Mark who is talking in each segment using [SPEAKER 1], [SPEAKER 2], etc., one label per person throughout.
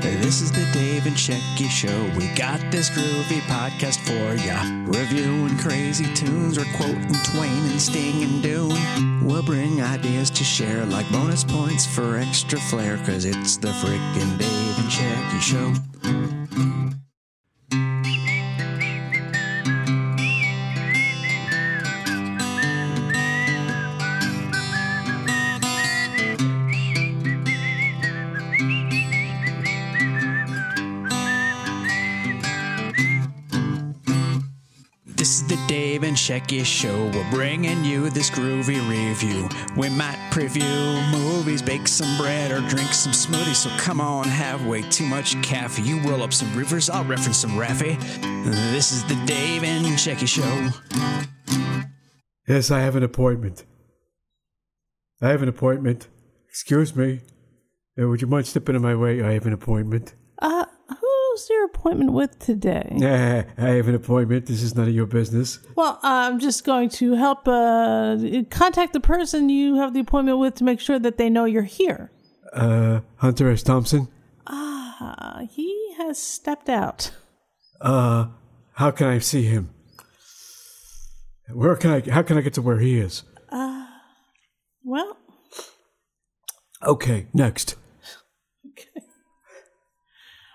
[SPEAKER 1] This is the Dave and Shecky Show. We got this groovy podcast for ya. Reviewing crazy tunes, we're quoting Twain and Sting and Dune. We'll bring ideas to share, like bonus points for extra flair, cause it's the frickin' Dave and Shecky Show. This is the Dave and Shecky Show. We're bringing you this groovy review. We might preview movies, bake some bread, or drink some smoothie. So come on, have way too much caffeine. You roll up some rivers, I'll reference some Raffy. This is the Dave and Shecky Show.
[SPEAKER 2] Yes, I have an appointment. I have an appointment. Excuse me. Uh, would you mind stepping in my way? I have an appointment.
[SPEAKER 3] Uh, who's your appointment with today?
[SPEAKER 2] Eh, I have an appointment. This is none of your business.
[SPEAKER 3] Well, uh, I'm just going to help uh, contact the person you have the appointment with to make sure that they know you're here.
[SPEAKER 2] Uh, Hunter S. Thompson?
[SPEAKER 3] Ah, he has stepped out.
[SPEAKER 2] Uh, how can I see him? Where can I, how can I get to where he is?
[SPEAKER 3] Well,
[SPEAKER 2] Okay, next.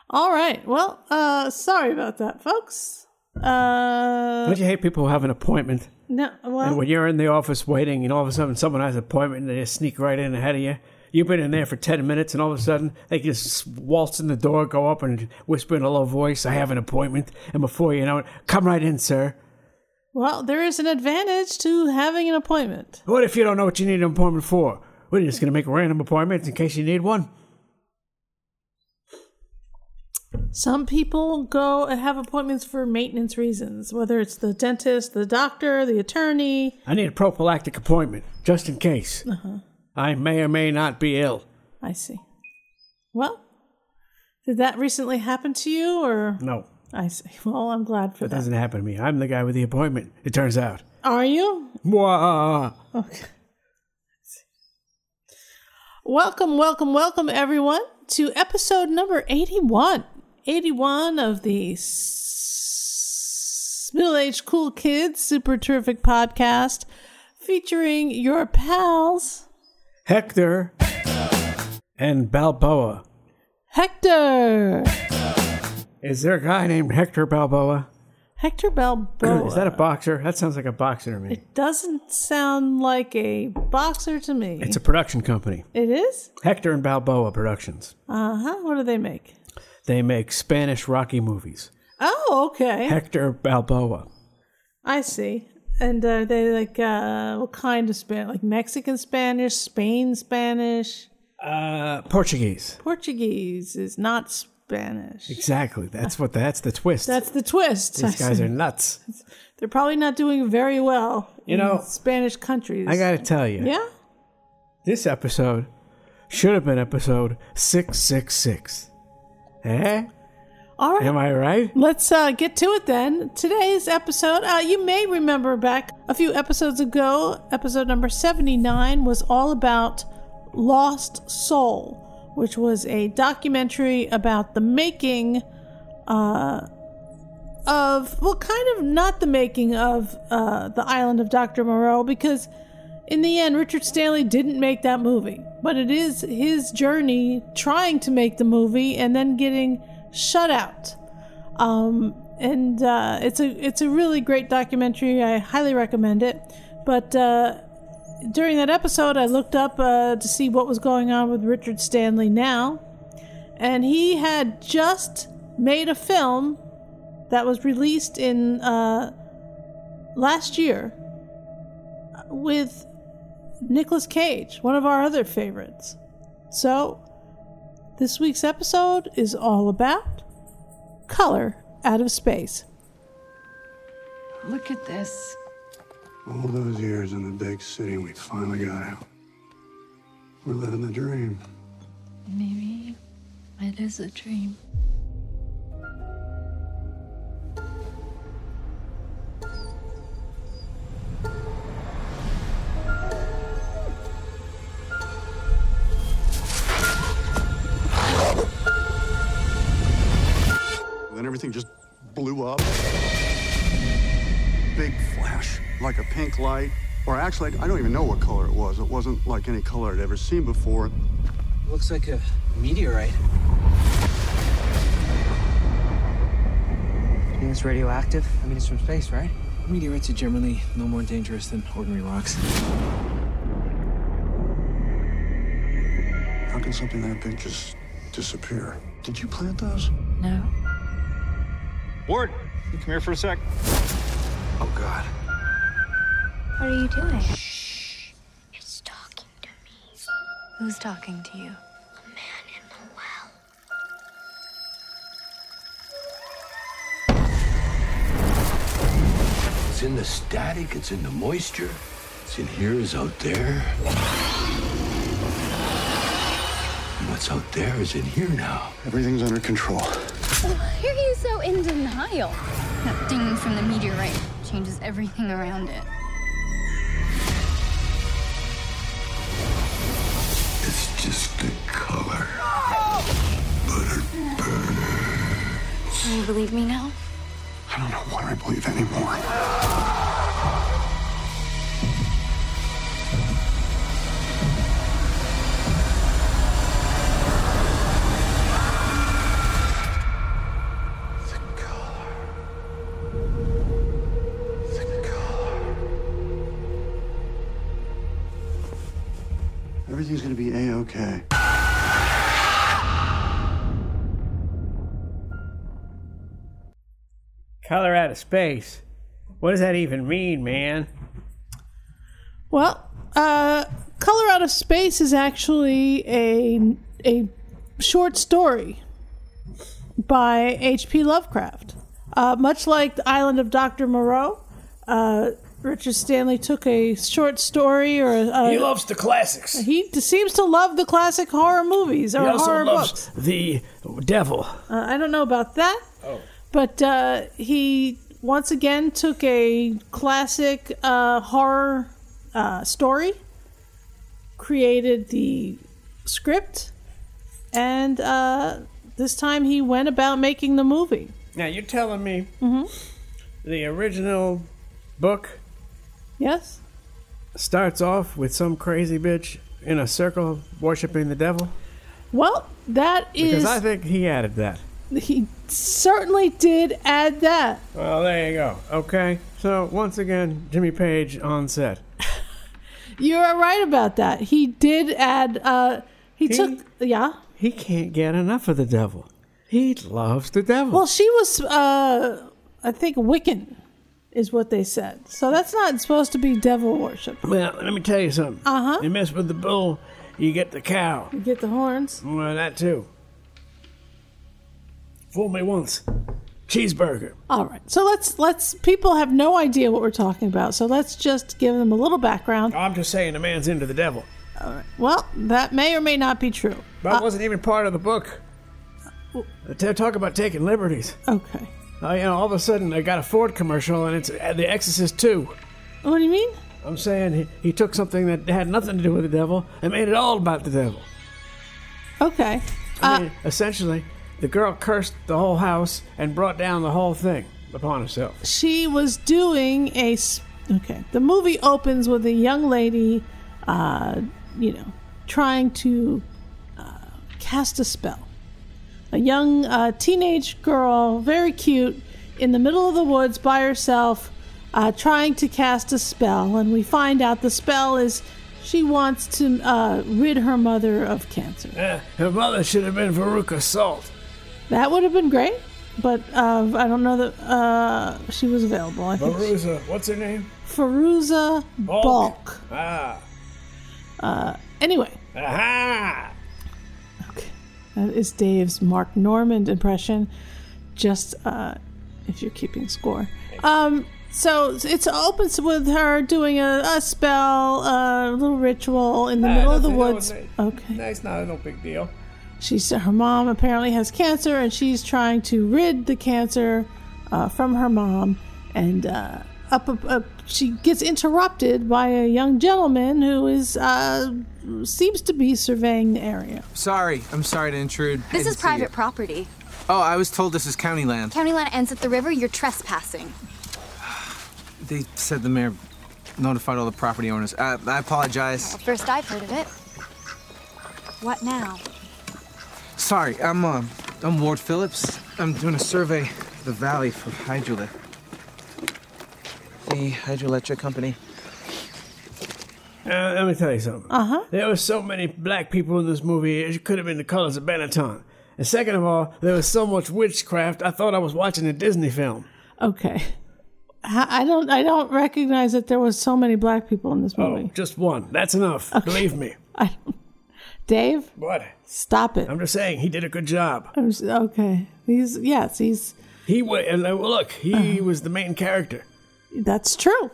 [SPEAKER 3] all right. Well, uh, sorry about that, folks. Uh,
[SPEAKER 2] Don't you hate people who have an appointment?
[SPEAKER 3] no,
[SPEAKER 2] And
[SPEAKER 3] well,
[SPEAKER 2] when you're in the office waiting, and all of a sudden someone has an appointment, and they just sneak right in ahead of you. You've been in there for ten minutes, and all of a sudden they just waltz in the door, go up, and whisper in a low voice, "I have an appointment." And before you know it, come right in, sir.
[SPEAKER 3] well, there is an advantage to having an appointment.
[SPEAKER 2] What if you don't know what you need an appointment for? We're just going to make random appointments in case you need one.
[SPEAKER 3] Some people go and have appointments for maintenance reasons, whether it's the dentist, the doctor, the attorney.
[SPEAKER 2] I need a prophylactic appointment just in case. I may or may not be ill.
[SPEAKER 3] I see. Well, did that recently happen to you, or
[SPEAKER 2] No,
[SPEAKER 3] I see. Well, I'm glad for
[SPEAKER 2] that
[SPEAKER 3] that.
[SPEAKER 2] doesn't happen to me. I'm the guy with the appointment. It turns out.
[SPEAKER 3] Are you?
[SPEAKER 2] Mwah.
[SPEAKER 3] Okay. Welcome, welcome, welcome, everyone, to episode number 81. 81 of the S- Middle Aged Cool Kids Super Terrific Podcast featuring your pals,
[SPEAKER 2] Hector and Balboa.
[SPEAKER 3] Hector.
[SPEAKER 2] Is there a guy named Hector Balboa?
[SPEAKER 3] Hector Balboa.
[SPEAKER 2] Is that a boxer? That sounds like a boxer to me.
[SPEAKER 3] It doesn't sound like a boxer to me.
[SPEAKER 2] It's a production company,
[SPEAKER 3] it is?
[SPEAKER 2] Hector and Balboa Productions.
[SPEAKER 3] Uh huh. What do they make?
[SPEAKER 2] They make Spanish Rocky movies.
[SPEAKER 3] Oh, okay.
[SPEAKER 2] Hector Balboa.
[SPEAKER 3] I see. And are they like uh, what kind of Spanish? Like Mexican Spanish, Spain Spanish,
[SPEAKER 2] Uh, Portuguese.
[SPEAKER 3] Portuguese is not Spanish.
[SPEAKER 2] Exactly. That's what. That's the twist.
[SPEAKER 3] That's the twist. I
[SPEAKER 2] These guys
[SPEAKER 3] see.
[SPEAKER 2] are nuts.
[SPEAKER 3] They're probably not doing very well.
[SPEAKER 2] You
[SPEAKER 3] in
[SPEAKER 2] know,
[SPEAKER 3] Spanish countries.
[SPEAKER 2] I gotta tell you,
[SPEAKER 3] Yeah.
[SPEAKER 2] this episode should have been episode six six six. Eh?
[SPEAKER 3] All right.
[SPEAKER 2] Am I right?
[SPEAKER 3] Let's uh, get to it then. Today's episode, uh, you may remember back a few episodes ago, episode number 79 was all about Lost Soul, which was a documentary about the making uh, of, well, kind of not the making of uh, the island of Dr. Moreau, because in the end, Richard Stanley didn't make that movie, but it is his journey trying to make the movie and then getting shut out um, and uh, it's a it's a really great documentary. I highly recommend it. But uh, during that episode, I looked up uh, to see what was going on with Richard Stanley now, and he had just made a film that was released in uh, last year with Nicolas Cage, one of our other favorites. So. This week's episode is all about color out of space.
[SPEAKER 4] Look at this.
[SPEAKER 5] All those years in the big city, we finally got out. We're living the dream.
[SPEAKER 4] Maybe it is a dream.
[SPEAKER 5] everything just blew up. Big flash, like a pink light, or actually, I don't even know what color it was. It wasn't like any color I'd ever seen before.
[SPEAKER 6] Looks like a meteorite.
[SPEAKER 7] You think it's radioactive? I mean, it's from space, right?
[SPEAKER 6] Meteorites are generally no more dangerous than ordinary rocks.
[SPEAKER 5] How can something that big just disappear? Did you plant those?
[SPEAKER 4] No.
[SPEAKER 8] Ward, you come here for a sec.
[SPEAKER 6] Oh, God.
[SPEAKER 4] What are you doing? Shh. It's talking to me. Who's talking to you? A man in the well.
[SPEAKER 9] It's in the static, it's in the moisture. It's in here, is out there. And what's out there is in here now.
[SPEAKER 5] Everything's under control.
[SPEAKER 10] Why are you so in denial? That thing from the meteorite changes everything around it.
[SPEAKER 9] It's just a color. But it-
[SPEAKER 10] Can you believe me now?
[SPEAKER 5] I don't know what I believe anymore.
[SPEAKER 9] the color. The color.
[SPEAKER 5] Everything's gonna be a-okay.
[SPEAKER 2] Color out of space. What does that even mean, man?
[SPEAKER 3] Well, uh, Color Out of Space is actually a a short story by H.P. Lovecraft. Uh, much like the Island of Doctor Moreau, uh, Richard Stanley took a short story or a,
[SPEAKER 2] He
[SPEAKER 3] a-
[SPEAKER 2] loves the classics.
[SPEAKER 3] he seems to love the classic horror movies or
[SPEAKER 2] He also
[SPEAKER 3] horror
[SPEAKER 2] loves
[SPEAKER 3] books.
[SPEAKER 2] the devil.
[SPEAKER 3] Uh, I don't know about that.
[SPEAKER 2] Oh.
[SPEAKER 3] But uh, he once again took a classic uh, horror uh, story, created the script, and uh, this time he went about making the movie.
[SPEAKER 2] Now you're telling me
[SPEAKER 3] Mm-hmm.
[SPEAKER 2] the original book
[SPEAKER 3] Yes?
[SPEAKER 2] starts off with some crazy bitch in a circle worshiping the devil?
[SPEAKER 3] Well, that
[SPEAKER 2] Because
[SPEAKER 3] is.
[SPEAKER 2] I think he added that.
[SPEAKER 3] he certainly did add that.
[SPEAKER 2] Well, there you go. Okay. So once again, Jimmy Page on set.
[SPEAKER 3] You are right about that. He did add. Uh, he took. Yeah?
[SPEAKER 2] He can't get enough of the devil. He loves the devil.
[SPEAKER 3] Well, she was, uh, I think, Wiccan, is what they said. So that's not supposed to be devil worship.
[SPEAKER 2] Well, let me tell you something.
[SPEAKER 3] Uh-huh.
[SPEAKER 2] You mess with the bull, you get the cow.
[SPEAKER 3] You get the horns.
[SPEAKER 2] Well, that too. Fool me once. Cheeseburger.
[SPEAKER 3] All right. So let's let's. People have no idea what we're talking about. So let's just give them a little background.
[SPEAKER 2] I'm just saying the man's into the devil.
[SPEAKER 3] Well, that may or may not be true.
[SPEAKER 2] That wasn't even part of the book. They talk about taking liberties.
[SPEAKER 3] Okay.
[SPEAKER 2] Uh, you know, all of a sudden I got a Ford commercial and it's uh, The Exorcist 2.
[SPEAKER 3] What do you mean?
[SPEAKER 2] I'm saying he, he took something that had nothing to do with the devil and made it all about the devil.
[SPEAKER 3] Okay.
[SPEAKER 2] I mean, essentially, the girl cursed the whole house and brought down the whole thing upon herself.
[SPEAKER 3] she was doing a s- okay the movie opens with a young lady uh you know trying to uh, cast a spell a young uh, teenage girl very cute in the middle of the woods by herself uh, trying to cast a spell and we find out the spell is she wants to uh, rid her mother of cancer
[SPEAKER 2] Eh, her mother should have been Veruca Salt.
[SPEAKER 3] that would have been great but uh, i don't know that uh, she was available i think
[SPEAKER 2] Veruca, what's her name?
[SPEAKER 3] Feruza Balk.
[SPEAKER 2] Ah.
[SPEAKER 3] Anyway,
[SPEAKER 2] Aha!
[SPEAKER 3] that is Dave's Mark Normand impression. Just uh, if you're keeping score. Um, so it opens with her doing a, a spell, a little ritual in the middle of the woods. okay.
[SPEAKER 2] That's not no big deal.
[SPEAKER 3] She's her mom apparently has cancer, and she's trying to rid the cancer uh, from her mom. And uh, up, up, up, she gets interrupted by a young gentleman who is uh, seems to be surveying the area.
[SPEAKER 6] Sorry, I'm sorry to intrude.
[SPEAKER 10] This
[SPEAKER 6] Didn't
[SPEAKER 10] is
[SPEAKER 6] see
[SPEAKER 10] private
[SPEAKER 6] you.
[SPEAKER 10] property.
[SPEAKER 6] Oh, I was told this is county land.
[SPEAKER 10] County line ends at the river, you're trespassing.
[SPEAKER 6] They said the mayor notified all the property owners. I, I apologize.
[SPEAKER 10] Well, first I've heard of it. What now?
[SPEAKER 6] Sorry, I'm uh, I'm Ward Phillips. I'm doing a survey of the valley for Hydrolit. The hydroelectric company.
[SPEAKER 2] Uh, let me tell you something. Uh
[SPEAKER 3] Uh-huh.
[SPEAKER 2] huh. There was so many black people in this movie. It could have been the colors of Benetton. And second of all, there was so much witchcraft. I thought I was watching a Disney film.
[SPEAKER 3] Okay. I I don't. I don't recognize that there was so many black people in this
[SPEAKER 2] Oh,
[SPEAKER 3] movie.
[SPEAKER 2] just one. That's enough. Believe me.
[SPEAKER 3] I don't, Dave,
[SPEAKER 2] What?
[SPEAKER 3] stop it.
[SPEAKER 2] I'm just saying he did a good job.
[SPEAKER 3] I'm s- okay. He's yes. He's
[SPEAKER 2] He wa- and uh, look. He
[SPEAKER 3] Uh-huh.
[SPEAKER 2] was the main character.
[SPEAKER 3] that's true,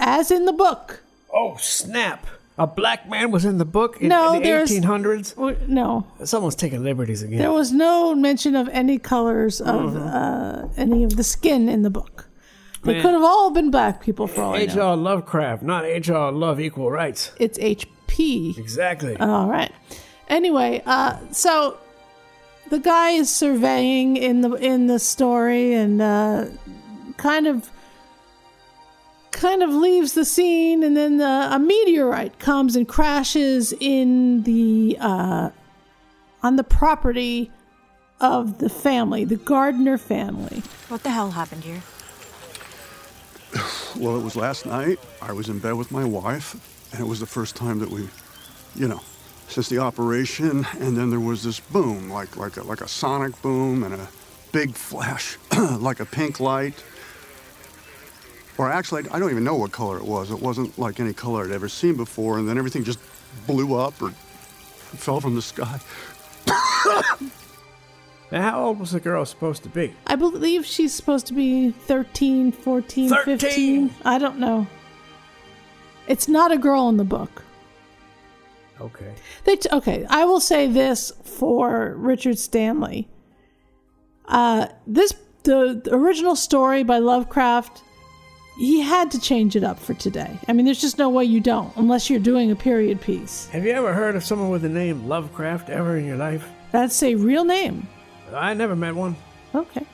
[SPEAKER 3] as in the book.
[SPEAKER 2] Oh snap! A black man was in the book in,
[SPEAKER 3] No,
[SPEAKER 2] in the
[SPEAKER 3] there's-
[SPEAKER 2] 1800s.
[SPEAKER 3] W- No,
[SPEAKER 2] Someone's taking liberties again.
[SPEAKER 3] there was no mention of any colors of uh, any of the skin in the book. They
[SPEAKER 2] Man.
[SPEAKER 3] could have all been black people for all I know.
[SPEAKER 2] H.R. Lovecraft, not H.R. Love Equal Rights.
[SPEAKER 3] It's HP.
[SPEAKER 2] Exactly.
[SPEAKER 3] All right. Anyway, uh, so the guy is surveying in the in the story and uh, kind of kind of leaves the scene, and then the, a meteorite comes and crashes in the uh, on the property of the family, the Gardner family.
[SPEAKER 11] What the hell happened here?
[SPEAKER 5] Well, it was last night. I was in bed with my wife, and it was the first time that we, you know, since the operation. And then there was this boom, like like a, like a sonic boom and a big flash, like a pink light. Or actually, I don't even know what color it was. It wasn't like any color I'd ever seen before. And then everything just blew up or fell from the sky.
[SPEAKER 2] Now, how old was the girl supposed to be?
[SPEAKER 3] I believe she's supposed to be 13, 14, 15.
[SPEAKER 2] 13.
[SPEAKER 3] I don't know. It's not a girl in the book.
[SPEAKER 2] Okay.
[SPEAKER 3] They t- okay, I will say this for Richard Stanley. Uh, this the, the original story by Lovecraft. He had to change it up for today. I mean, there's just no way you don't, unless you're doing a period piece.
[SPEAKER 2] Have you ever heard of someone with the name Lovecraft ever in your life?
[SPEAKER 3] That's a real name.
[SPEAKER 2] I never met one.
[SPEAKER 3] Okay.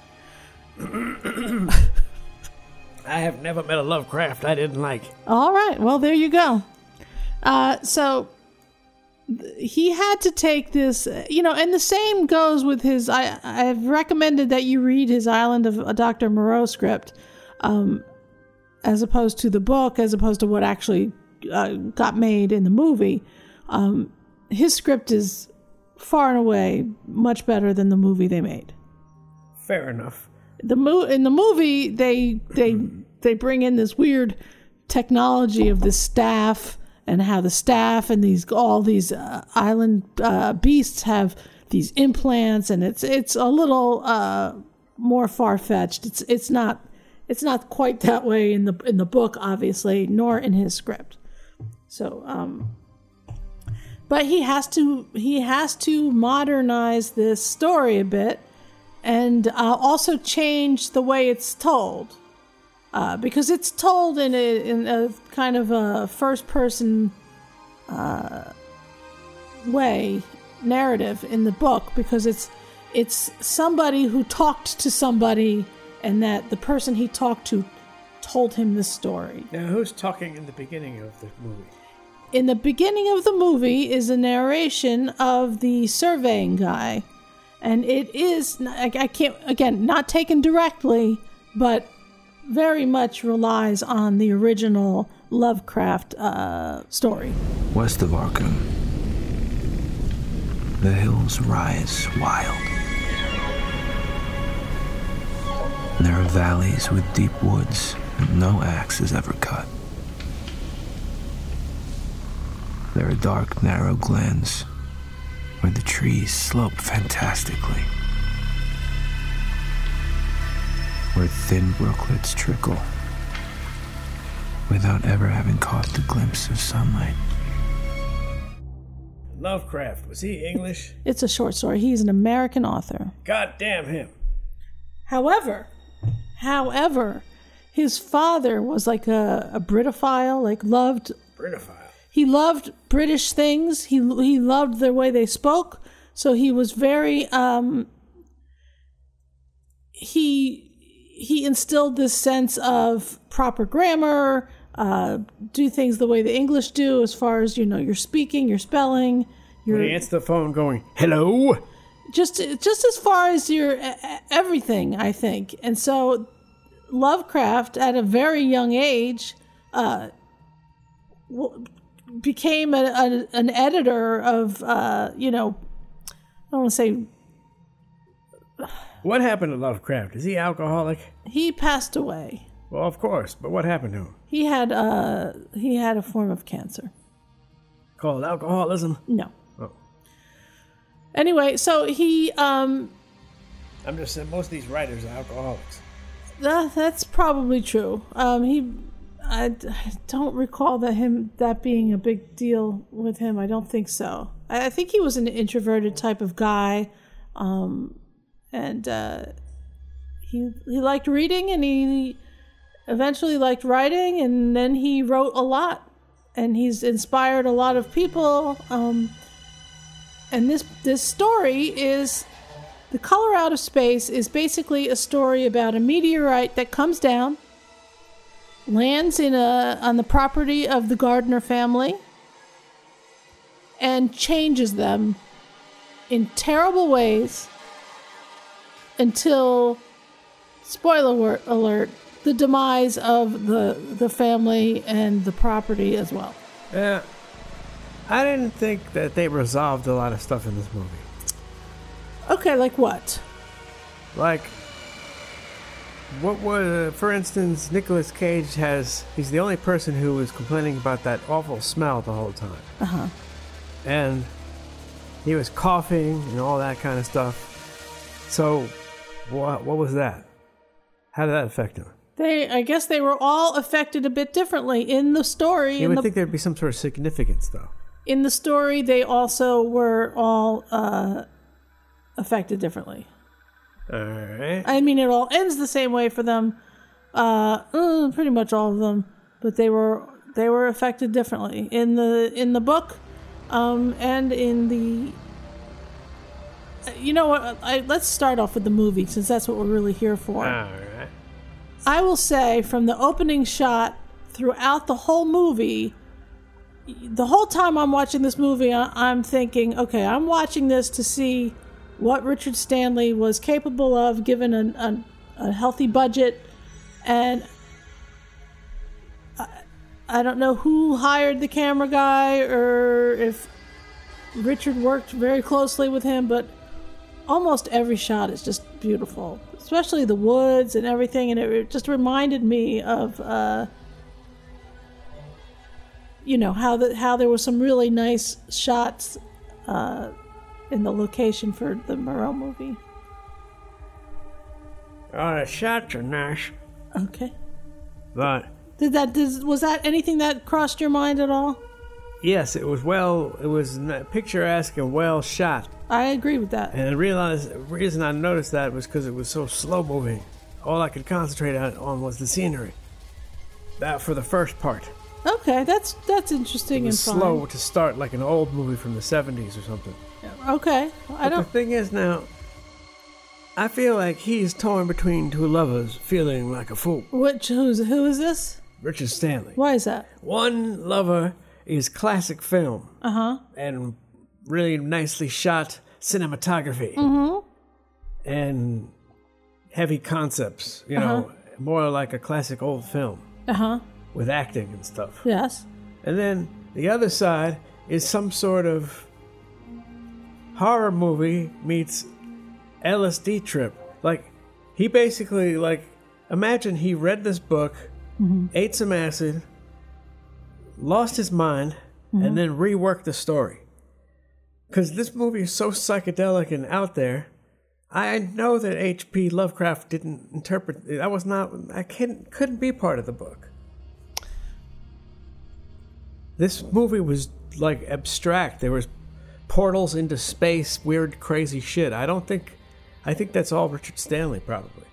[SPEAKER 2] I have never met a Lovecraft I didn't like.
[SPEAKER 3] All right. Well, there you go. Uh, so th- he had to take this, uh, you know, and the same goes with his. I I've recommended that you read his Island of uh, Dr. Moreau script, um, as opposed to the book, as opposed to what actually uh, got made in the movie. Um, his script is far and away much better than the movie they made
[SPEAKER 2] Fair enough.
[SPEAKER 3] the mo- in the movie they they they bring in this weird technology of the staff and how the staff and these all these uh, island uh, beasts have these implants and it's it's a little uh, more far fetched. It's it's not it's not quite that way in the in the book obviously nor in his script. So um but he has to he has to modernize this story a bit and uh, also change the way it's told uh, because it's told in a, in a kind of a first person uh, way narrative in the book because it's it's somebody who talked to somebody and that the person he talked to told him the story
[SPEAKER 2] Now, who's talking in the beginning of the movie?
[SPEAKER 3] in the beginning of the movie is a narration of the surveying guy and it is i I can't again not taken directly but very much relies on the original lovecraft uh, story
[SPEAKER 9] West of Arkham, the hills rise wild. There are valleys with deep woods that no axe has ever cut. There are dark, narrow glens where the trees slope fantastically, where thin brooklets trickle without ever having caught the glimpse of sunlight.
[SPEAKER 2] Lovecraft. Was he English?
[SPEAKER 3] it's a short story he's an american author
[SPEAKER 2] God damn him.
[SPEAKER 3] However, however, his father was like a, a Britophile, like loved
[SPEAKER 2] Britophile.
[SPEAKER 3] He loved British things. He he loved the way they spoke. So he was very um he he instilled this sense of proper grammar, uh, do things the way the English do, as far as you know, your speaking, your spelling,
[SPEAKER 2] When
[SPEAKER 3] your
[SPEAKER 2] he answered the phone, going, "Hello."
[SPEAKER 3] just just as far as your e- e- everything, I think. And so, Lovecraft, at a very young age, uh, w- became a, a, an editor of uh, you know, I don't want to say
[SPEAKER 2] What happened to Lovecraft? Is he alcoholic?
[SPEAKER 3] he passed away.
[SPEAKER 2] Well, of course. But what happened to him?
[SPEAKER 3] He had uh, he had a form of cancer.
[SPEAKER 2] Called alcoholism.
[SPEAKER 3] No.
[SPEAKER 2] Oh.
[SPEAKER 3] Anyway, so he um,
[SPEAKER 2] I'm just saying, most of these writers are alcoholics.
[SPEAKER 3] That, that's probably true. Um, he, I, d- I don't recall that him that being a big deal with him. I don't think so. I, I think he was an introverted type of guy, um, and uh, he he liked reading, and he eventually liked writing, and then he wrote a lot, and he's inspired a lot of people. Um, and this this story is the Color Out of Space is basically a story about a meteorite that comes down, lands in a on the property of the Gardner family, and changes them in terrible ways until spoiler wor- alert the demise of the the family and the property as well.
[SPEAKER 2] Yeah. Uh, I didn't think that they resolved a lot of stuff in this movie.
[SPEAKER 3] Okay, like what?
[SPEAKER 2] Like, what was, for instance, Nicolas Cage has, he's the only person who was complaining about that awful smell the whole time.
[SPEAKER 3] Uh huh.
[SPEAKER 2] And he was coughing and all that kind of stuff. So, what, what was that? How did that affect him?
[SPEAKER 3] They, I guess, they were all affected a bit differently in the story.
[SPEAKER 2] You
[SPEAKER 3] in
[SPEAKER 2] would
[SPEAKER 3] the
[SPEAKER 2] think there'd be some sort of significance, though.
[SPEAKER 3] in the story they also were all uh, affected differently
[SPEAKER 2] All right.
[SPEAKER 3] i mean it all ends the same way for them uh, mm, pretty much all of them but they were they were affected differently in the in the book um, and in the you know what I, let's start off with the movie since that's what we're really here for
[SPEAKER 2] Alright.
[SPEAKER 3] I will say from the opening shot throughout the whole movie, the whole time I'm watching this movie, I- I'm thinking, okay, I'm watching this to see what Richard Stanley was capable of given an, an, a healthy budget. And I, I don't know who hired the camera guy or if Richard worked very closely with him, but almost every shot is just beautiful, especially the woods and everything. And it, it just reminded me of, uh, you know, how the, how there were some really nice shots uh, in the location for the Moreau movie.
[SPEAKER 2] All the shots are nice,
[SPEAKER 3] Okay.
[SPEAKER 2] but
[SPEAKER 3] Did that did, was that anything that crossed your mind at all?
[SPEAKER 2] yes, it was well, it was n- picturesque and well shot.
[SPEAKER 3] I agree with that.
[SPEAKER 2] And I realized the reason I noticed that was because it was so slow moving. All I could concentrate on- on was the scenery. That for the first part.
[SPEAKER 3] Okay, that's that's interesting
[SPEAKER 2] It was
[SPEAKER 3] and fine.
[SPEAKER 2] slow to start, like an old movie from the 70s or something.
[SPEAKER 3] Okay, I
[SPEAKER 2] But
[SPEAKER 3] don't.
[SPEAKER 2] The thing is now, I feel like he's torn between two lovers, feeling like a fool.
[SPEAKER 3] Which who's who is this?
[SPEAKER 2] Richard Stanley.
[SPEAKER 3] Why is that?
[SPEAKER 2] One lover is classic film
[SPEAKER 3] Uh huh.
[SPEAKER 2] and really nicely shot cinematography and heavy concepts, you know, more like a classic old film
[SPEAKER 3] Uh huh.
[SPEAKER 2] with acting and stuff.
[SPEAKER 3] Yes.
[SPEAKER 2] And then the other side is some sort of horror movie meets LSD trip. Like he basically like imagine he read this book, ate some acid, lost his mind, and then reworked the story. Cuz this movie is so psychedelic and out there. I know that H.P. Lovecraft didn't interpret that was not I couldn't couldn't be part of the book this movie was like abstract there was portals into space weird crazy shit i don't think i think that's all richard stanley probably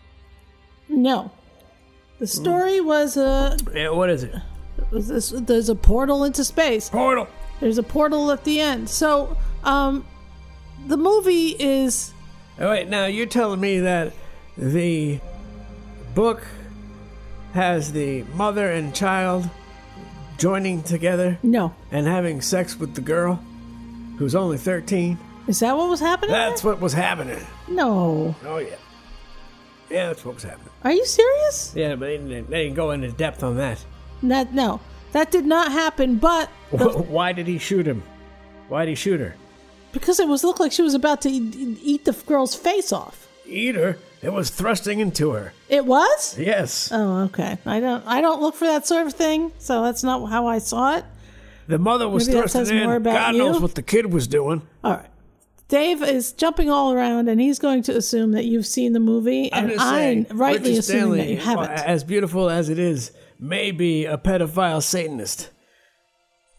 [SPEAKER 3] No. The story was a
[SPEAKER 2] yeah what is it
[SPEAKER 3] was this, there's a portal into space.
[SPEAKER 2] portal
[SPEAKER 3] There's a portal at the end. So, um, the movie is
[SPEAKER 2] Oh, all right now you're telling me that The book has the mother and child joining together.
[SPEAKER 3] No.
[SPEAKER 2] And having sex with the girl who's only 13.
[SPEAKER 3] Is that what was happening?
[SPEAKER 2] That's what was happening.
[SPEAKER 3] No.
[SPEAKER 2] Oh, yeah. Yeah, that's what was happening.
[SPEAKER 3] Are you serious?
[SPEAKER 2] Yeah, but they didn't, they didn't go into depth on that.
[SPEAKER 3] That no, that did not happen. But the-
[SPEAKER 2] Wh- Why did he shoot him? Why did he shoot her?
[SPEAKER 3] because it was looked like she was about to e- eat the girl's face off.
[SPEAKER 2] Eat her? It was thrusting into her.
[SPEAKER 3] It was.
[SPEAKER 2] Yes.
[SPEAKER 3] Oh, okay. I don't. I don't look for that sort of thing. So that's not how I saw it.
[SPEAKER 2] The mother was
[SPEAKER 3] Maybe that
[SPEAKER 2] thrusting
[SPEAKER 3] says
[SPEAKER 2] in.
[SPEAKER 3] more about
[SPEAKER 2] God knows
[SPEAKER 3] you.
[SPEAKER 2] what the kid was doing.
[SPEAKER 3] All right. Dave is jumping all around, and he's going to assume that you've seen the movie,
[SPEAKER 2] I'm
[SPEAKER 3] and
[SPEAKER 2] just saying,
[SPEAKER 3] I'm rightly
[SPEAKER 2] Richard
[SPEAKER 3] assuming that
[SPEAKER 2] Stanley,
[SPEAKER 3] you haven't.
[SPEAKER 2] As beautiful as it is, may be a pedophile Satanist.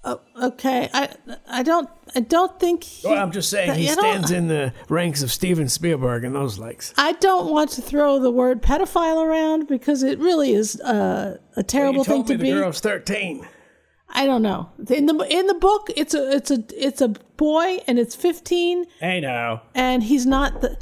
[SPEAKER 3] Oh, okay. I I don't I don't think. He,
[SPEAKER 2] Well, I'm just saying he
[SPEAKER 3] I don't-
[SPEAKER 2] stands in the ranks of Steven Spielberg and those likes.
[SPEAKER 3] I don't want to throw the word pedophile around because it really is uh, a terrible
[SPEAKER 2] you
[SPEAKER 3] thing
[SPEAKER 2] told
[SPEAKER 3] to
[SPEAKER 2] me
[SPEAKER 3] be.
[SPEAKER 2] the girl's 13.
[SPEAKER 3] I don't know. In the in the book, it's a it's a it's a boy and it's 15
[SPEAKER 2] Hey now,
[SPEAKER 3] and he's not the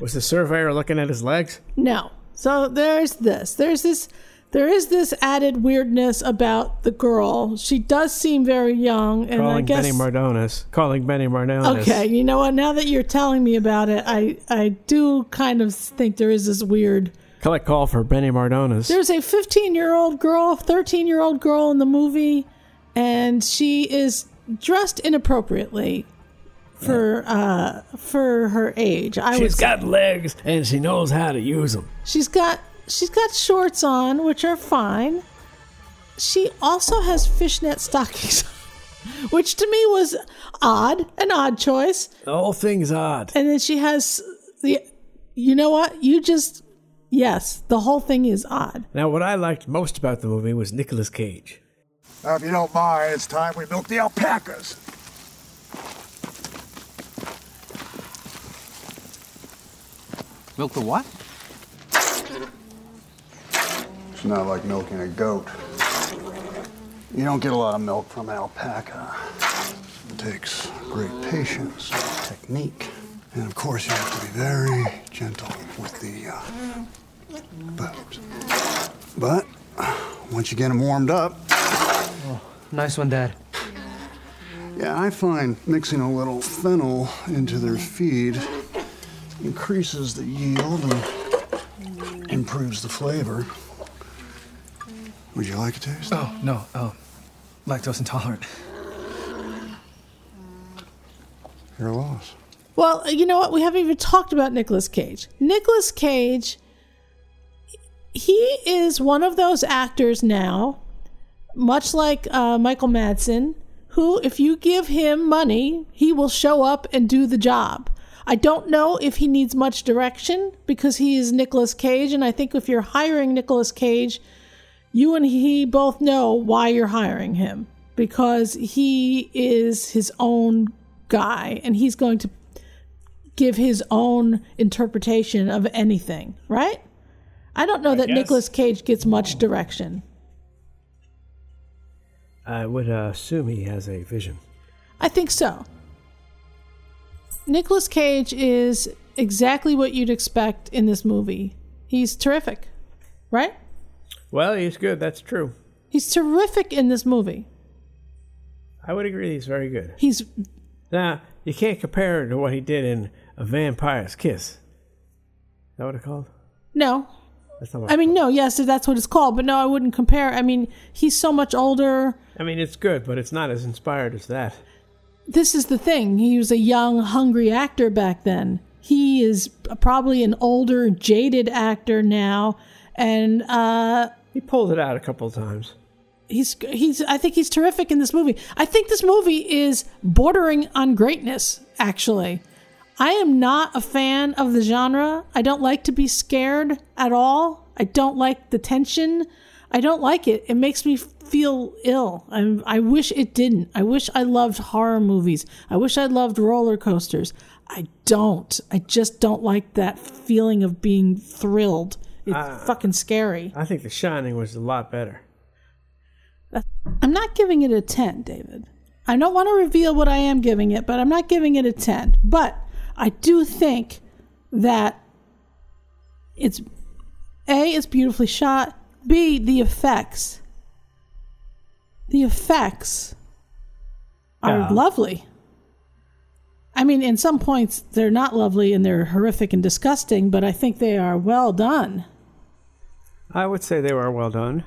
[SPEAKER 2] was the surveyor looking at his legs?
[SPEAKER 3] no. So there's this. There's this there is this added weirdness about the girl. She does seem very young and I
[SPEAKER 2] Calling
[SPEAKER 3] guess
[SPEAKER 2] Benny Mardones. Calling Benny Mardones.
[SPEAKER 3] Okay, you know what? Now that you're telling me about it, I I do kind of think there is this weird
[SPEAKER 2] Collect call for Benny Mardones.
[SPEAKER 3] There's a 15 year old girl, 13 year old girl in the movie, and she is dressed inappropriately for uh for her age. I
[SPEAKER 2] She's
[SPEAKER 3] was
[SPEAKER 2] got legs and she knows how to use them.
[SPEAKER 3] she's got she's got shorts on, which are fine. She also has fishnet stockings, which to me was odd, an odd choice.
[SPEAKER 2] The whole thing's odd.
[SPEAKER 3] And then she has the you know what? You just yes, the whole thing is odd.
[SPEAKER 2] Now, what I liked most about the movie was Nicolas Cage.
[SPEAKER 11] Now, if you don't mind, it's time we milk the alpacas.
[SPEAKER 6] Milk the what?
[SPEAKER 5] It's not like milking a goat. You don't get a lot of milk from an alpaca. It takes great patience, technique, and of course you have to be very gentle with the uh, boobs. But once you get them warmed up,
[SPEAKER 7] Nice one, Dad.
[SPEAKER 5] yeah, I find mixing a little fennel into their feed increases the yield and improves the flavor. Would you like a taste?
[SPEAKER 6] Oh, no. Oh, lactose intolerant.
[SPEAKER 5] You're lost.
[SPEAKER 3] Well, you know what? We haven't even talked about Nicolas Cage. Nicolas Cage, he is one of those actors now, much like uh, Michael Madsen, who, if you give him money, he will show up and do the job. I don't know if he needs much direction because he is Nicolas Cage, and I think if you're hiring Nicolas Cage, you and he both know why you're hiring him because he is his own guy and he's going to give his own interpretation of anything, right? I don't know that
[SPEAKER 2] guess.
[SPEAKER 3] Nicolas Cage gets much direction.
[SPEAKER 2] I would uh, assume he has a vision.
[SPEAKER 3] I think so. Nicolas Cage is exactly what you'd expect in this movie. He's terrific, right?
[SPEAKER 2] Well, he's good. That's true.
[SPEAKER 3] He's terrific in this movie.
[SPEAKER 2] I would agree he's very good.
[SPEAKER 3] He's
[SPEAKER 2] Now, you can't compare it to what he did in A Vampire's Kiss. Is that what it's called?
[SPEAKER 3] no,
[SPEAKER 2] That's not what
[SPEAKER 3] I
[SPEAKER 2] it-
[SPEAKER 3] mean, no, yes, that's what it's called, but no, I wouldn't compare. I mean, he's so much older.
[SPEAKER 2] I mean, it's good, but it's not as inspired as that.
[SPEAKER 3] This is the thing. He was a young, hungry actor back then. He is probably an older, jaded actor now, and uh,
[SPEAKER 2] He pulled it out a couple of times.
[SPEAKER 3] he's he's. I think he's terrific in this movie. I think this movie is bordering on greatness. Actually, I am not a fan of the genre. I don't like to be scared at all. I don't like the tension. I don't like it. It makes me feel ill. I'm, I wish it didn't. I wish I loved horror movies. I wish I loved roller coasters. I don't. I just don't like that feeling of being thrilled. It's fucking scary.
[SPEAKER 2] I think The Shining was a lot better.
[SPEAKER 3] I'm not giving it a 10, David. I don't want to reveal what I am giving it, but I'm not giving it a 10. But I do think that It's A, it's beautifully shot. B, the effects. The effects are
[SPEAKER 12] Yeah.
[SPEAKER 3] lovely. I mean, in some points, they're not lovely and they're horrific and disgusting, but I think they are well done.
[SPEAKER 2] I would say they were well done.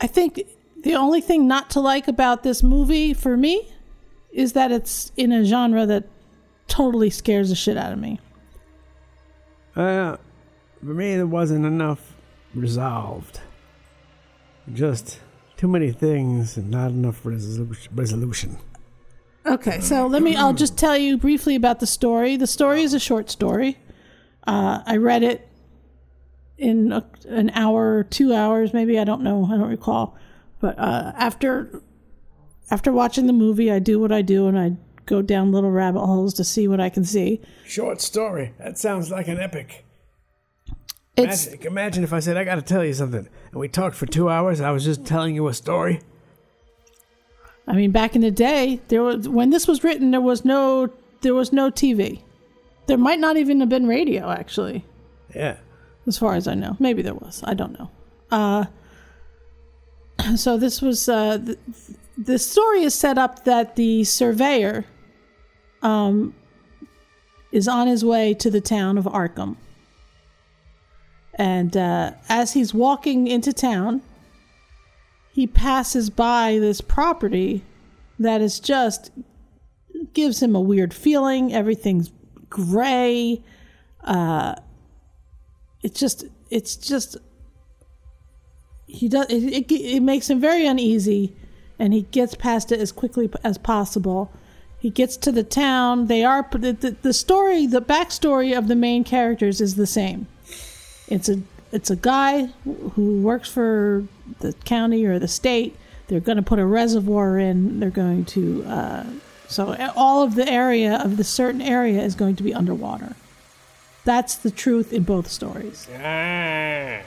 [SPEAKER 3] I think the only thing not to like about this movie for me is that it's in a genre that totally scares the shit out of me.
[SPEAKER 2] Uh, for me, there wasn't enough resolved. Just too many things and not enough resolu- resolution.
[SPEAKER 3] Okay, so let me. I'll just tell you briefly about the story. The story is a short story. Uh, I read it in a, an hour, two hours, maybe. I don't know. I don't recall. But uh, after after watching the movie, I do what I do, and I go down little rabbit holes to see what I can see.
[SPEAKER 2] Short story. That sounds like an epic.
[SPEAKER 3] It's-
[SPEAKER 2] imagine, imagine if I said, I gotta tell you something. And we talked for two hours, I was just telling you a story.
[SPEAKER 3] I mean, back in the day, there was when this was written, there was no there was no TV. There might not even have been radio, actually.
[SPEAKER 2] Yeah.
[SPEAKER 3] as far as I know. Maybe there was. I don't know. Uh, so this was uh, th- the story is set up that the surveyor um, is on his way to the town of Arkham, and uh, as he's walking into town, he passes by this property that is just gives him a weird feeling. Everything's gray. Uh, it's just it's just he does it, it, it makes him very uneasy and he gets past it as quickly p- as possible he gets to the town they are the, the, the story the backstory of the main characters is the same it's a it's a guy who works for the county or the state they're going to put a reservoir in they're going to uh, so all of the area of the certain area is going to be underwater that's the truth in both stories
[SPEAKER 2] I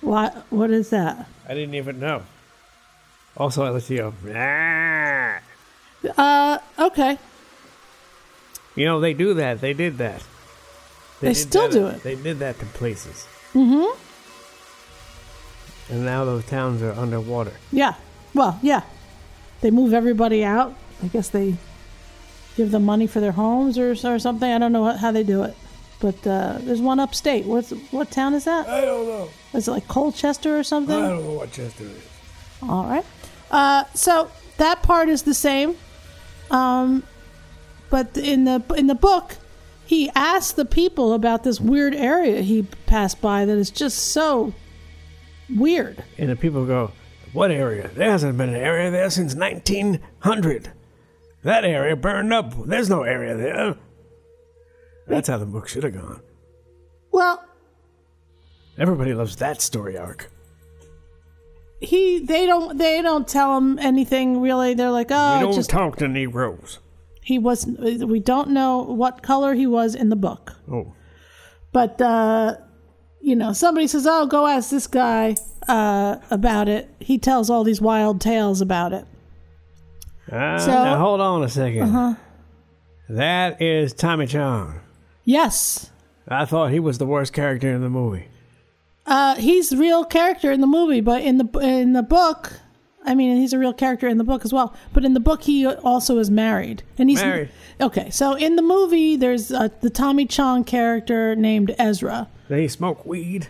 [SPEAKER 3] what what is that?
[SPEAKER 2] didn't even know. Also, I let you go. "Ah."
[SPEAKER 3] Uh okay.
[SPEAKER 2] You know, they do that. They did that.
[SPEAKER 3] They
[SPEAKER 2] did
[SPEAKER 3] still
[SPEAKER 2] that-
[SPEAKER 3] do it.
[SPEAKER 2] They did that to places.
[SPEAKER 3] Mm-hmm.
[SPEAKER 2] And now those towns are underwater.
[SPEAKER 3] Yeah. Well, yeah. They move everybody out. I guess they give them money for their homes or, or something. I don't know what, how they do it. But uh, there's one upstate. What's what town is that?
[SPEAKER 2] I don't know.
[SPEAKER 3] Is it like Colchester or something?
[SPEAKER 2] I don't know what Chester is.
[SPEAKER 3] All right. Uh, so that part is the same, um, but in the in the book, he asks the people about this weird area he passed by that is just so weird.
[SPEAKER 2] And the people go, What area? There hasn't been an area there since 1900. That area burned up. There's no area there. That's how the book should have gone.
[SPEAKER 3] Well,
[SPEAKER 2] Everybody loves that story arc.
[SPEAKER 3] he they don't they don't tell him anything really. They're like, oh,
[SPEAKER 2] we don't
[SPEAKER 3] just
[SPEAKER 2] talk to Negroes.
[SPEAKER 3] he wasn't. We don't know what color he was in the book.
[SPEAKER 2] Oh.
[SPEAKER 3] But uh, you know, somebody says, "Oh, go ask this guy uh, about it." He tells all these wild tales about it.
[SPEAKER 2] Ah,
[SPEAKER 3] So-
[SPEAKER 2] now hold on a 2nd
[SPEAKER 3] Uh-huh.
[SPEAKER 2] That is Tommy Chong.
[SPEAKER 3] Yes,
[SPEAKER 2] I thought he was the worst character in the movie.
[SPEAKER 3] uh, he's the real character in the movie, but in the in the book, I mean, he's a real character in the book as well. But in the book, he also is married, and he's
[SPEAKER 2] Married.
[SPEAKER 3] Okay, so in the movie, there's uh, the Tommy Chong character named Ezra.
[SPEAKER 2] They smoke weed.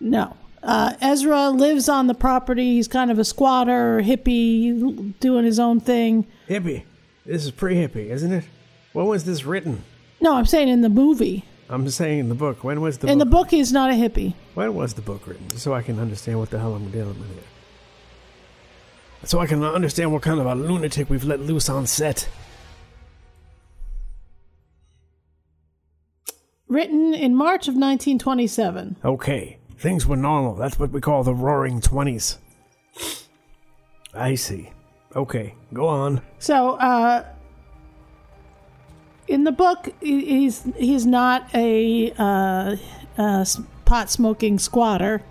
[SPEAKER 3] No. Uh, Ezra lives on the property. He's kind of a squatter, hippie, doing his own thing.
[SPEAKER 2] Hippie. This is pre hippie, isn't it? When was this written?
[SPEAKER 3] No, I'm saying in the movie.
[SPEAKER 2] I'm saying in the book. When was the
[SPEAKER 3] in
[SPEAKER 2] book?
[SPEAKER 3] the book, he's not a hippie.
[SPEAKER 2] When was the book written? Just so I can understand what the hell I'm dealing with here. So I can understand what kind of a lunatic we've let loose on set.
[SPEAKER 3] Written in March of 1927.
[SPEAKER 2] Okay, things were normal. That's what we call the roaring 20s. I see. Okay, go on.
[SPEAKER 3] So, uh, in the book, he- he's he's not a uh, uh, s- pot smoking squatter.